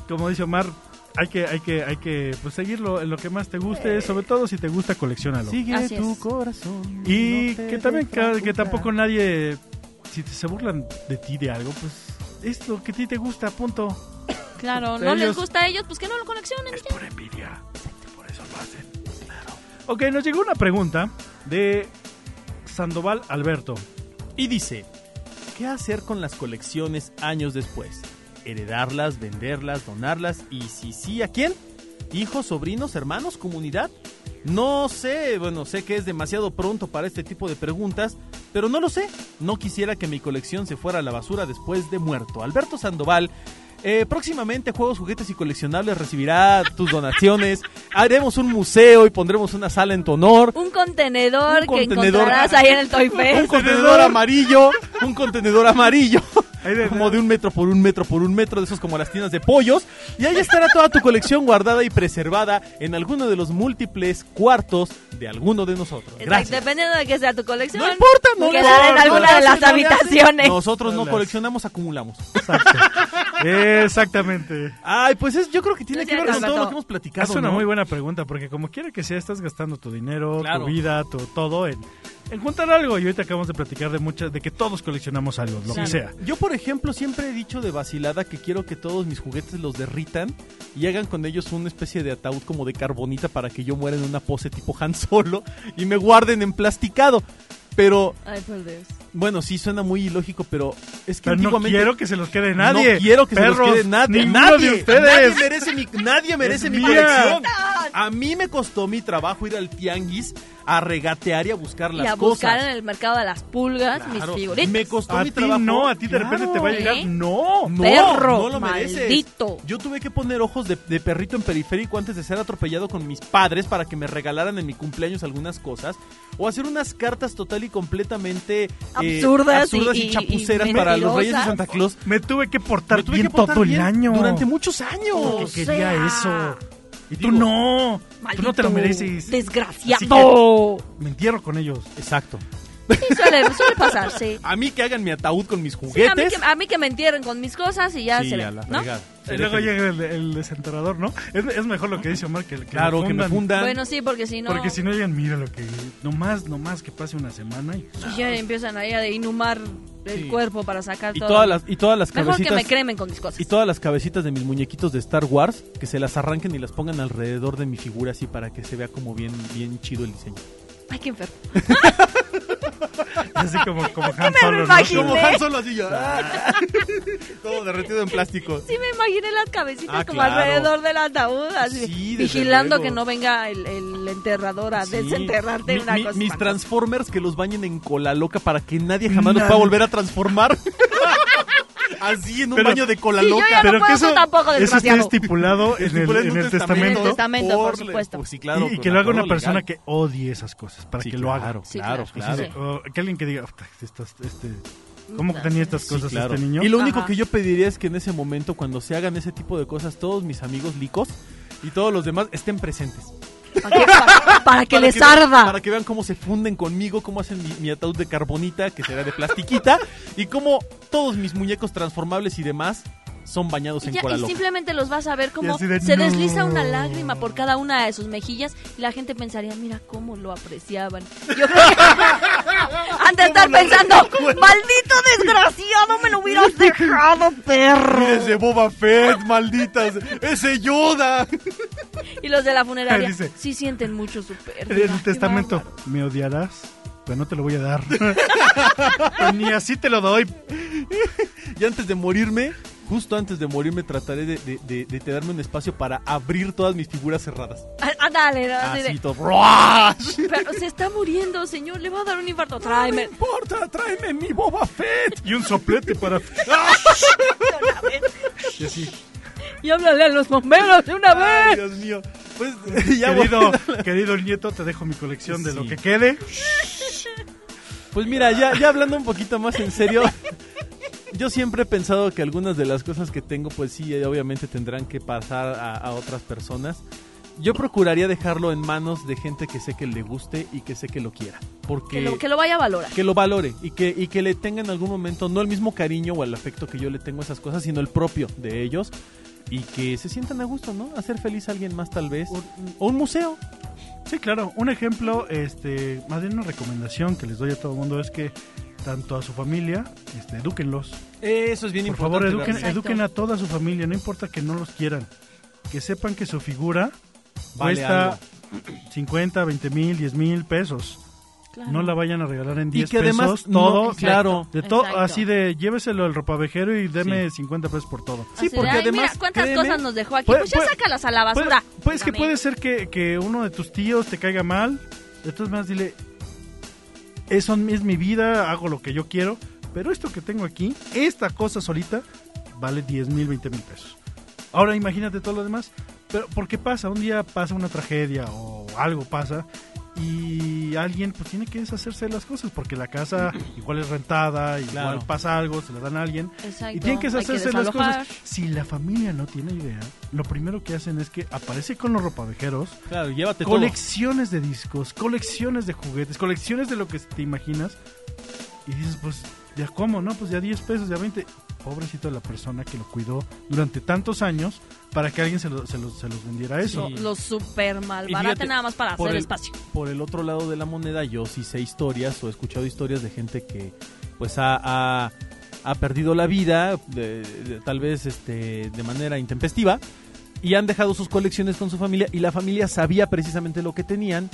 Speaker 2: Como dice Omar, hay que, hay que, hay que pues, seguirlo en lo que más te guste, sobre todo si te gusta, coleccionalo.
Speaker 4: Sigue
Speaker 3: Así
Speaker 4: tu
Speaker 3: es.
Speaker 4: corazón.
Speaker 2: Y
Speaker 4: no te
Speaker 2: que también
Speaker 4: deja
Speaker 2: ca- que tampoco
Speaker 4: juzgar.
Speaker 2: nadie, si te- se burlan de ti de algo, pues es lo que a ti te gusta, punto.
Speaker 3: Claro, no
Speaker 2: Ellos-
Speaker 3: les gusta a ellos, pues que no lo coleccionen.
Speaker 2: Es por envidia. Por eso lo hacen. Ok, nos llegó una pregunta de Sandoval Alberto.
Speaker 4: Y dice, ¿qué hacer con las colecciones años después? ¿Heredarlas, venderlas, donarlas? Y si sí, ¿a quién? ¿Hijos, sobrinos, hermanos, comunidad? No sé, bueno, sé que es demasiado pronto para este tipo de preguntas, pero no lo sé. No quisiera que mi colección se fuera a la basura después de muerto. Alberto Sandoval, eh, próximamente Juegos, Juguetes y Coleccionables recibirá tus donaciones. Haremos un museo y pondremos una sala en tu honor
Speaker 3: Un contenedor,
Speaker 4: Un
Speaker 3: que
Speaker 4: contenedor.
Speaker 3: encontrarás ahí en el Toy
Speaker 4: un
Speaker 3: Fest.
Speaker 4: contenedor amarillo, un contenedor amarillo,
Speaker 2: Ahí de-
Speaker 4: como de un metro por un metro por un metro, de esos como las tiendas de pollos, y ahí estará toda tu colección guardada y preservada en alguno de los múltiples cuartos de alguno de nosotros.
Speaker 3: Exacto,
Speaker 4: Gracias.
Speaker 3: Dependiendo de que sea tu colección.
Speaker 4: No importa, no le
Speaker 3: Quedará en
Speaker 4: importa,
Speaker 3: alguna
Speaker 4: no
Speaker 3: de
Speaker 4: le
Speaker 3: las
Speaker 4: hace, no le hace.
Speaker 3: habitaciones.
Speaker 4: Nosotros no
Speaker 2: Todas.
Speaker 4: coleccionamos, acumulamos.
Speaker 2: Exacto. Exactamente.
Speaker 4: Ay, pues es, yo creo que tiene
Speaker 3: No
Speaker 4: que ver
Speaker 3: seas
Speaker 4: con todo
Speaker 3: gato.
Speaker 4: lo que hemos platicado.
Speaker 2: Es una
Speaker 4: ¿no?
Speaker 2: muy buena pregunta, porque como quiera que sea, estás gastando tu dinero,
Speaker 4: Claro.
Speaker 2: tu vida, tu, todo en, en juntar algo. Y ahorita acabamos de platicar de muchas, de que todos coleccionamos algo, lo que
Speaker 3: Sí.
Speaker 2: sea.
Speaker 4: Yo, por ejemplo, siempre he dicho de vacilada que quiero que todos mis juguetes los derritan y hagan con ellos una especie de ataúd como de carbonita para que yo muera en una pose tipo Han Solo y me guarden en plasticado. Pero,
Speaker 3: Ay, por Dios.
Speaker 4: bueno, sí suena muy ilógico, pero es que
Speaker 2: Pero no
Speaker 4: antiguamente...
Speaker 2: quiero que se los quede nadie.
Speaker 4: No quiero que se
Speaker 2: Perros,
Speaker 4: los quede nadie.
Speaker 2: Ninguno
Speaker 4: Nadie,
Speaker 2: de ustedes.
Speaker 4: nadie merece mi, nadie merece
Speaker 2: Es
Speaker 4: mi
Speaker 2: mía.
Speaker 4: colección. A mí me costó mi trabajo ir al tianguis a regatear y a buscar las
Speaker 3: y a
Speaker 4: cosas.
Speaker 3: buscar en el mercado de las pulgas
Speaker 4: Claro,
Speaker 3: mis figuritas.
Speaker 4: Me costó
Speaker 2: A
Speaker 4: mi
Speaker 2: ti
Speaker 4: trabajo.
Speaker 2: no, a ti de
Speaker 4: Claro.
Speaker 2: repente te va a llegar.
Speaker 3: ¿Eh?
Speaker 2: No.
Speaker 4: No,
Speaker 3: Perro,
Speaker 4: no lo mereces.
Speaker 3: maldito.
Speaker 4: Yo tuve que poner ojos de, de perrito en periférico antes de ser atropellado con mis padres para que me regalaran en mi cumpleaños algunas cosas. O hacer unas cartas total y completamente eh,
Speaker 3: Absurdas
Speaker 4: absurdas y,
Speaker 3: y- y-
Speaker 4: chapuceras
Speaker 3: y
Speaker 4: para los Reyes de
Speaker 3: mentirosas.
Speaker 4: Santa Claus.
Speaker 2: Me tuve que portar
Speaker 4: Me tuve
Speaker 2: bien
Speaker 4: que portar
Speaker 2: todo
Speaker 4: bien
Speaker 2: el año.
Speaker 4: Durante muchos
Speaker 2: Porque
Speaker 4: años.
Speaker 2: quería
Speaker 3: sea.
Speaker 2: eso. Y tú
Speaker 4: Digo,
Speaker 2: no. Tú no te lo
Speaker 3: Maldito,
Speaker 2: mereces.
Speaker 3: Desgraciado.
Speaker 2: Me entierro con ellos.
Speaker 4: Exacto.
Speaker 3: Sí, suele, suele pasar, sí.
Speaker 4: A mí que hagan mi ataúd con mis
Speaker 3: Sí, a, mí
Speaker 4: juguetes.
Speaker 3: que, a mí que me entierren con mis cosas y ya
Speaker 4: Sí,
Speaker 3: se ve,
Speaker 4: a la
Speaker 3: ¿no?
Speaker 4: fregada.
Speaker 2: Y
Speaker 4: Seré
Speaker 2: luego
Speaker 4: feliz.
Speaker 2: llega el, el desenterrador, ¿no? Es, es mejor lo que dice Omar que el que
Speaker 4: Claro,
Speaker 2: lo
Speaker 4: que me
Speaker 2: fundan.
Speaker 4: fundan.
Speaker 3: Bueno, sí, porque si no,
Speaker 2: Porque si no llegan, mira lo que. Nomás, nomás que pase una semana y.
Speaker 3: y pues ya empiezan ahí a de inhumar el
Speaker 4: Sí.
Speaker 3: cuerpo para sacar
Speaker 4: y,
Speaker 3: todo.
Speaker 4: todas las, y todas las
Speaker 3: Mejor que
Speaker 4: cabecitas.
Speaker 3: me cremen con mis cosas.
Speaker 4: Y todas las cabecitas de mis muñequitos de Star Wars, que se las arranquen y las pongan alrededor de mi figura así para que se vea como bien, bien chido el diseño.
Speaker 3: Ay, qué enfermo.
Speaker 2: Así como, como Han
Speaker 3: me
Speaker 2: Solo,
Speaker 3: lo
Speaker 2: ¿no?
Speaker 3: imaginé.
Speaker 2: Como-
Speaker 4: Han Solo así yo. ah. Todo derretido en plástico.
Speaker 3: Sí, me imaginé las cabecitas
Speaker 4: Ah,
Speaker 3: como
Speaker 4: claro.
Speaker 3: alrededor del ataúd, así,
Speaker 4: Sí, desde
Speaker 3: vigilando
Speaker 4: luego.
Speaker 3: que no venga el, el enterrador a
Speaker 4: Sí.
Speaker 3: desenterrarte
Speaker 4: Mi-
Speaker 3: una
Speaker 4: mi-
Speaker 3: cosa.
Speaker 4: mis
Speaker 3: espantosa.
Speaker 4: Transformers que los bañen en cola loca para que nadie jamás los
Speaker 2: Nadie.
Speaker 4: pueda volver a transformar. Así en un
Speaker 2: Pero-
Speaker 4: baño de cola
Speaker 3: Sí, yo
Speaker 4: loca.
Speaker 3: ya no
Speaker 2: Pero
Speaker 3: puedo
Speaker 2: que eso,
Speaker 3: ser tampoco
Speaker 2: eso está
Speaker 3: desgraciado.
Speaker 2: estipulado en el,
Speaker 4: Estipulado
Speaker 2: en el testamento.
Speaker 3: En el testamento, por supuesto.
Speaker 4: Pues sí, claro.
Speaker 2: y, y
Speaker 4: con
Speaker 2: que lo haga una
Speaker 4: acuerdo
Speaker 2: persona
Speaker 4: legal.
Speaker 2: que odie esas cosas, para
Speaker 4: Sí,
Speaker 2: que lo haga.
Speaker 4: claro,
Speaker 3: Sí,
Speaker 4: claro,
Speaker 3: claro,
Speaker 4: claro.
Speaker 3: sí,
Speaker 2: O que alguien que diga, "Puta, estas- este, ¿cómo que tenía estas
Speaker 4: Sí,
Speaker 2: cosas
Speaker 4: claro.
Speaker 2: este niño?
Speaker 4: Y lo único
Speaker 3: Ajá.
Speaker 4: que yo pediría es que en ese momento, cuando se hagan ese tipo de cosas, todos mis amigos licos y todos los demás estén presentes.
Speaker 3: ¿Para, que- para- para que
Speaker 4: Para
Speaker 3: les
Speaker 4: vean-
Speaker 3: arda.
Speaker 4: Para que vean cómo se funden conmigo, cómo hacen mi, mi ataúd de carbonita, que será de plastiquita, y cómo todos mis muñecos transformables y demás son bañados
Speaker 3: Y,
Speaker 4: en
Speaker 3: ya-
Speaker 4: cola
Speaker 3: y
Speaker 4: loca.
Speaker 3: simplemente los vas a ver
Speaker 2: Y
Speaker 3: como
Speaker 2: así de,
Speaker 3: se desliza
Speaker 2: "No".
Speaker 3: una lágrima por cada una de sus mejillas y la gente pensaría, mira cómo lo apreciaban. Yo han de estar pensando, maldito desgraciado, me lo hubieras dejado, perro.
Speaker 5: Desde Boba Fett, malditas. Ese Yoda.
Speaker 3: Y los de la funeraria,
Speaker 2: Dice,
Speaker 3: sí sienten mucho su pérdida.
Speaker 2: En el
Speaker 3: Qué
Speaker 2: testamento,
Speaker 3: bárbaro.
Speaker 2: me odiarás, pero no te lo voy a dar. Pero ni así te lo doy.
Speaker 4: Y antes de morirme, justo antes de morirme, trataré de, de, de- de tenerme un espacio para abrir todas mis figuras cerradas.
Speaker 3: Ah, ah, dale, dale,
Speaker 4: Así
Speaker 3: dale.
Speaker 4: todo.
Speaker 3: Pero se está muriendo, señor, le va a dar un infarto. Tráeme.
Speaker 4: importa, tráeme mi Boba Fett.
Speaker 2: Y un soplete para. y así.
Speaker 3: Y háblale a los bomberos de una
Speaker 4: Ay,
Speaker 3: vez.
Speaker 4: Dios mío. Pues ya
Speaker 2: Querido,
Speaker 4: bueno.
Speaker 2: querido nieto, te dejo mi colección de lo
Speaker 4: Sí.
Speaker 2: que quede.
Speaker 4: Pues mira, ya, ya hablando un poquito más en serio. Yo siempre he pensado que algunas de las cosas que tengo, pues sí, eh, obviamente tendrán que pasar a, a otras personas. Yo procuraría dejarlo en manos de gente que sé que le guste y que sé que lo quiera. Porque
Speaker 3: Que lo, que lo vaya a valorar.
Speaker 4: que lo valore y que, y que le tenga en algún momento no el mismo cariño o el afecto que yo le tengo a esas cosas, sino el propio de ellos y que se sientan a gusto, ¿no? Hacer feliz a alguien más tal vez. O un museo.
Speaker 2: Sí, claro. Un ejemplo, este, más bien una recomendación que les doy a todo el mundo es que tanto a su familia, este, edúquenlos.
Speaker 4: Eso es bien
Speaker 2: Por
Speaker 4: importante.
Speaker 2: favor, eduquen,
Speaker 4: Gabriel.
Speaker 3: Exacto.
Speaker 2: eduquen a toda su familia, no importa que no los quieran. Que sepan que su figura
Speaker 4: Vale
Speaker 2: cuesta
Speaker 4: algo.
Speaker 2: 50, 20 mil, 10 mil pesos.
Speaker 3: Claro.
Speaker 2: No la vayan a regalar en
Speaker 4: Y
Speaker 2: 10
Speaker 4: que además,
Speaker 2: pesos.
Speaker 4: no,
Speaker 2: Todo,
Speaker 4: claro.
Speaker 2: De todo,
Speaker 3: Exacto.
Speaker 2: así de lléveselo al ropavejero y deme 50 pesos por todo.
Speaker 4: Sí,
Speaker 3: Así de,
Speaker 4: porque
Speaker 3: "Ay,
Speaker 4: además,
Speaker 3: Mira, cuántas
Speaker 4: créeme,
Speaker 3: cosas nos dejó aquí.
Speaker 2: puede-
Speaker 3: pues ya
Speaker 2: puede-
Speaker 3: sácalas a la
Speaker 2: Pues,
Speaker 3: basura.
Speaker 2: pues que
Speaker 3: Dígame.
Speaker 2: puede ser que, que uno de tus tíos te caiga mal. De todas maneras, dile, eso es mi vida, hago lo que yo quiero, pero esto que tengo aquí, esta cosa solita, vale 10 mil, 20 mil pesos. Ahora imagínate todo lo demás. Pero, ¿por qué pasa? Un día pasa una tragedia o algo pasa y alguien pues tiene que deshacerse de las cosas porque la casa igual es rentada, igual
Speaker 4: Claro.
Speaker 2: pasa algo, se la dan a alguien.
Speaker 3: Exacto.
Speaker 2: Y tienen que
Speaker 3: hay
Speaker 2: hacerse las
Speaker 3: desalojar.
Speaker 2: cosas. Si la familia no tiene idea, lo primero que hacen es que aparece con los ropavejeros,
Speaker 4: Claro, llévate todo.
Speaker 2: colecciones de discos, colecciones de juguetes, colecciones de lo que te imaginas. Y dices, pues, ¿ya cómo? No, pues ya 10 pesos, ya 20. Pobrecito de la persona que lo cuidó durante tantos años para que alguien se, lo- se los- se los vendiera eso.
Speaker 4: Sí.
Speaker 3: Lo super mal.
Speaker 4: Y
Speaker 3: Barata
Speaker 4: fíjate,
Speaker 3: nada más para
Speaker 4: por
Speaker 3: hacer
Speaker 4: el-
Speaker 3: espacio.
Speaker 4: Por el otro lado de la moneda, yo sí sé historias o he escuchado historias de gente que pues ha, ha- ha perdido la vida, de- de- tal vez este, de manera intempestiva, y han dejado sus colecciones con su familia y la familia sabía precisamente lo que tenían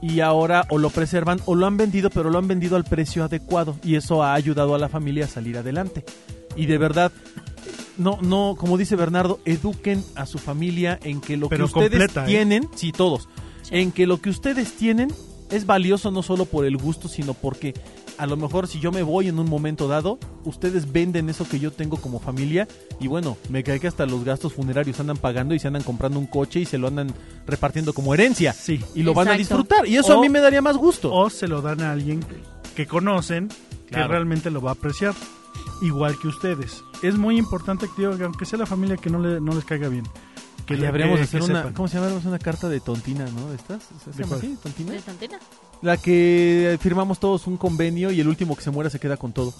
Speaker 4: y ahora o lo preservan o lo han vendido, pero lo han vendido al precio adecuado y eso ha ayudado a la familia a salir adelante. Y de verdad... No, no, como dice Bernardo, eduquen a su familia en que lo
Speaker 2: Pero
Speaker 4: que ustedes
Speaker 2: completa, ¿eh?
Speaker 4: tienen, sí, todos,
Speaker 3: Sí.
Speaker 4: en que lo que ustedes tienen es valioso no solo por el gusto, sino porque a lo mejor si yo me voy en un momento dado, ustedes venden eso que yo tengo como familia y bueno, me cae que hasta los gastos funerarios andan pagando y se andan comprando un coche y se lo andan repartiendo como herencia
Speaker 2: Sí.
Speaker 4: y lo van a
Speaker 3: Exacto.
Speaker 4: disfrutar y eso
Speaker 2: O-
Speaker 4: a mí me daría más gusto.
Speaker 2: O se lo dan a alguien que conocen,
Speaker 4: Claro.
Speaker 2: que realmente lo va a apreciar, igual que ustedes. Es muy importante que, digo, que aunque sea la familia que no, le- no les caiga bien, que
Speaker 4: que
Speaker 2: le
Speaker 4: le habríamos
Speaker 2: que-
Speaker 4: de hacer
Speaker 2: que
Speaker 4: una,
Speaker 2: sepan.
Speaker 4: ¿cómo se llama? Una carta de tontina, ¿no? ¿De estas? ¿Se
Speaker 2: ¿De
Speaker 4: llama
Speaker 2: cuál?
Speaker 4: así? ¿Tontina?
Speaker 3: ¿De Tantena?
Speaker 4: La que firmamos todos un convenio y el último que se muera se queda con todo.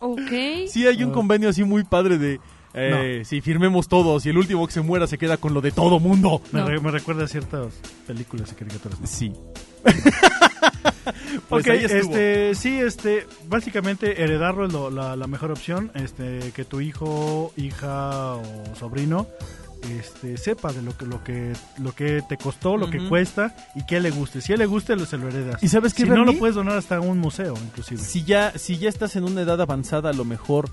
Speaker 3: Ok.
Speaker 4: Sí, hay un
Speaker 2: Ah.
Speaker 4: convenio así muy padre de. Eh, Si firmemos todos y el último que se muera se queda con lo de todo mundo.
Speaker 2: Me,
Speaker 3: No.
Speaker 2: re- me recuerda a ciertas películas y caricaturas.
Speaker 4: Sí.
Speaker 2: Ok,
Speaker 4: Pues ahí estuvo.
Speaker 2: este, sí, este, básicamente heredarlo es lo- la, la mejor opción, este, que tu hijo, hija o sobrino, este, sepa de lo que, lo que, lo que te costó, lo que
Speaker 4: Ujú.
Speaker 2: cuesta y que le guste. Si a él le guste, lo, se lo heredas.
Speaker 4: ¿Y sabes qué,
Speaker 2: Si no, lo
Speaker 4: Bernie?
Speaker 2: puedes donar hasta un museo, inclusive.
Speaker 4: Si ya, si ya estás en una edad avanzada, a lo mejor.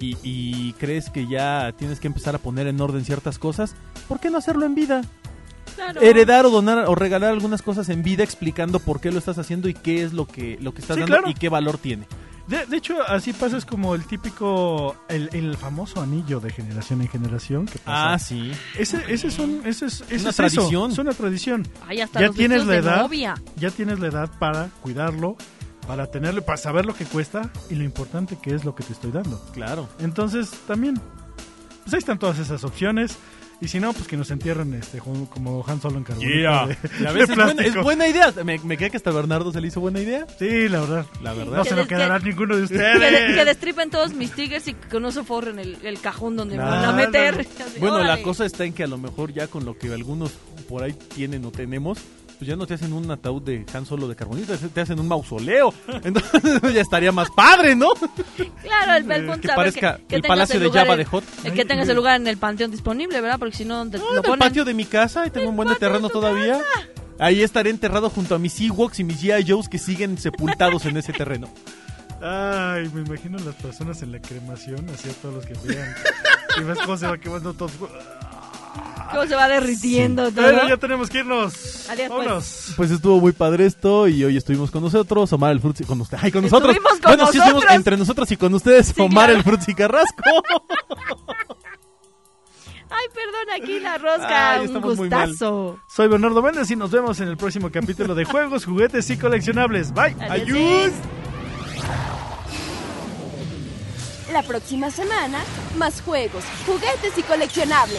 Speaker 4: Y, y crees que ya tienes que empezar a poner en orden ciertas cosas, ¿por qué no hacerlo en vida?
Speaker 3: Claro.
Speaker 4: Heredar o donar o regalar algunas cosas en vida explicando por qué lo estás haciendo y qué es lo que, lo que estás
Speaker 2: Sí,
Speaker 4: dando
Speaker 2: claro.
Speaker 4: y qué valor tiene.
Speaker 2: De, de hecho, así pasa, es como el típico, el, el famoso anillo de generación en generación que pasa.
Speaker 4: Ah, sí.
Speaker 2: Ese, ese es un, ese es, ese
Speaker 4: una
Speaker 2: es eso,
Speaker 4: tradición.
Speaker 2: es una tradición.
Speaker 3: Ay, hasta
Speaker 2: Ya
Speaker 3: los
Speaker 2: tienes
Speaker 3: vestidos
Speaker 2: la
Speaker 3: de
Speaker 2: edad.
Speaker 3: novia.
Speaker 2: Ya tienes la edad para cuidarlo, para tenerlo, para saber lo que cuesta y lo importante que es lo que te estoy dando.
Speaker 4: Claro.
Speaker 2: Entonces, también, pues ahí están todas esas opciones. Y si no, pues que nos entierren este, ju- como Han Solo en carbón.
Speaker 5: Yeah.
Speaker 4: Y a veces es buena,
Speaker 2: plástico.
Speaker 4: es buena idea. Me, me cae que hasta Bernardo se le hizo buena idea.
Speaker 2: Sí, la verdad.
Speaker 4: La verdad.
Speaker 2: No
Speaker 3: Que
Speaker 2: se lo
Speaker 3: des- que-
Speaker 2: quedará ninguno de
Speaker 3: Que, de- que
Speaker 2: ustedes.
Speaker 3: destripen todos mis tigres y que no se forren el, el cajón donde me
Speaker 4: Nah.
Speaker 3: van a meter. Así,
Speaker 4: Bueno, la
Speaker 3: órale.
Speaker 4: cosa está en que a lo mejor ya con lo que algunos por ahí tienen o tenemos, pues ya no te hacen un ataúd de Han Solo de carbonita, te hacen un mausoleo. Entonces ya estaría más padre, ¿no?
Speaker 3: Claro, el, el
Speaker 2: Eh,
Speaker 3: punto
Speaker 4: que
Speaker 3: saber
Speaker 4: parezca
Speaker 3: que
Speaker 4: el
Speaker 3: tengas
Speaker 4: palacio de
Speaker 3: lugar
Speaker 4: Java
Speaker 3: en-
Speaker 4: de Hot. Ah,
Speaker 3: el que tengas el lugar en el panteón disponible, ¿verdad? Porque si no, te-
Speaker 4: No,
Speaker 3: lo
Speaker 4: en el
Speaker 3: ponen.
Speaker 4: patio de mi casa y tengo un buen de
Speaker 3: patio de
Speaker 4: terreno
Speaker 3: tu
Speaker 4: todavía. Ahí estaré enterrado junto a mis Ewoks y mis G.I. Joes que siguen sepultados en ese terreno.
Speaker 2: Ay, me imagino las personas en la cremación, así a todos los que vean. y ves cómo se va quemando todo.
Speaker 3: ¿Cómo se va derritiendo todo?
Speaker 2: Pero ya tenemos que irnos.
Speaker 3: Adiós, pues.
Speaker 2: Vámonos.
Speaker 4: Pues estuvo muy padre esto y hoy estuvimos con nosotros, Omar el Frutzi, con usted, ay, con nosotros.
Speaker 3: Estuvimos con
Speaker 4: bueno, sí estuvimos
Speaker 3: nosotros.
Speaker 4: entre nosotros y con ustedes,
Speaker 3: Sí,
Speaker 4: Omar
Speaker 3: claro.
Speaker 4: el Frutzi Carrasco.
Speaker 3: Ay, perdón, aquí la rosca.
Speaker 4: Ay,
Speaker 3: un
Speaker 4: estamos muy mal.
Speaker 3: gustazo.
Speaker 2: Soy Bernardo Méndez y nos vemos en el próximo capítulo de Juegos, Juguetes y Coleccionables. Bye.
Speaker 3: Adiós.
Speaker 1: La próxima semana, más juegos, juguetes y coleccionables.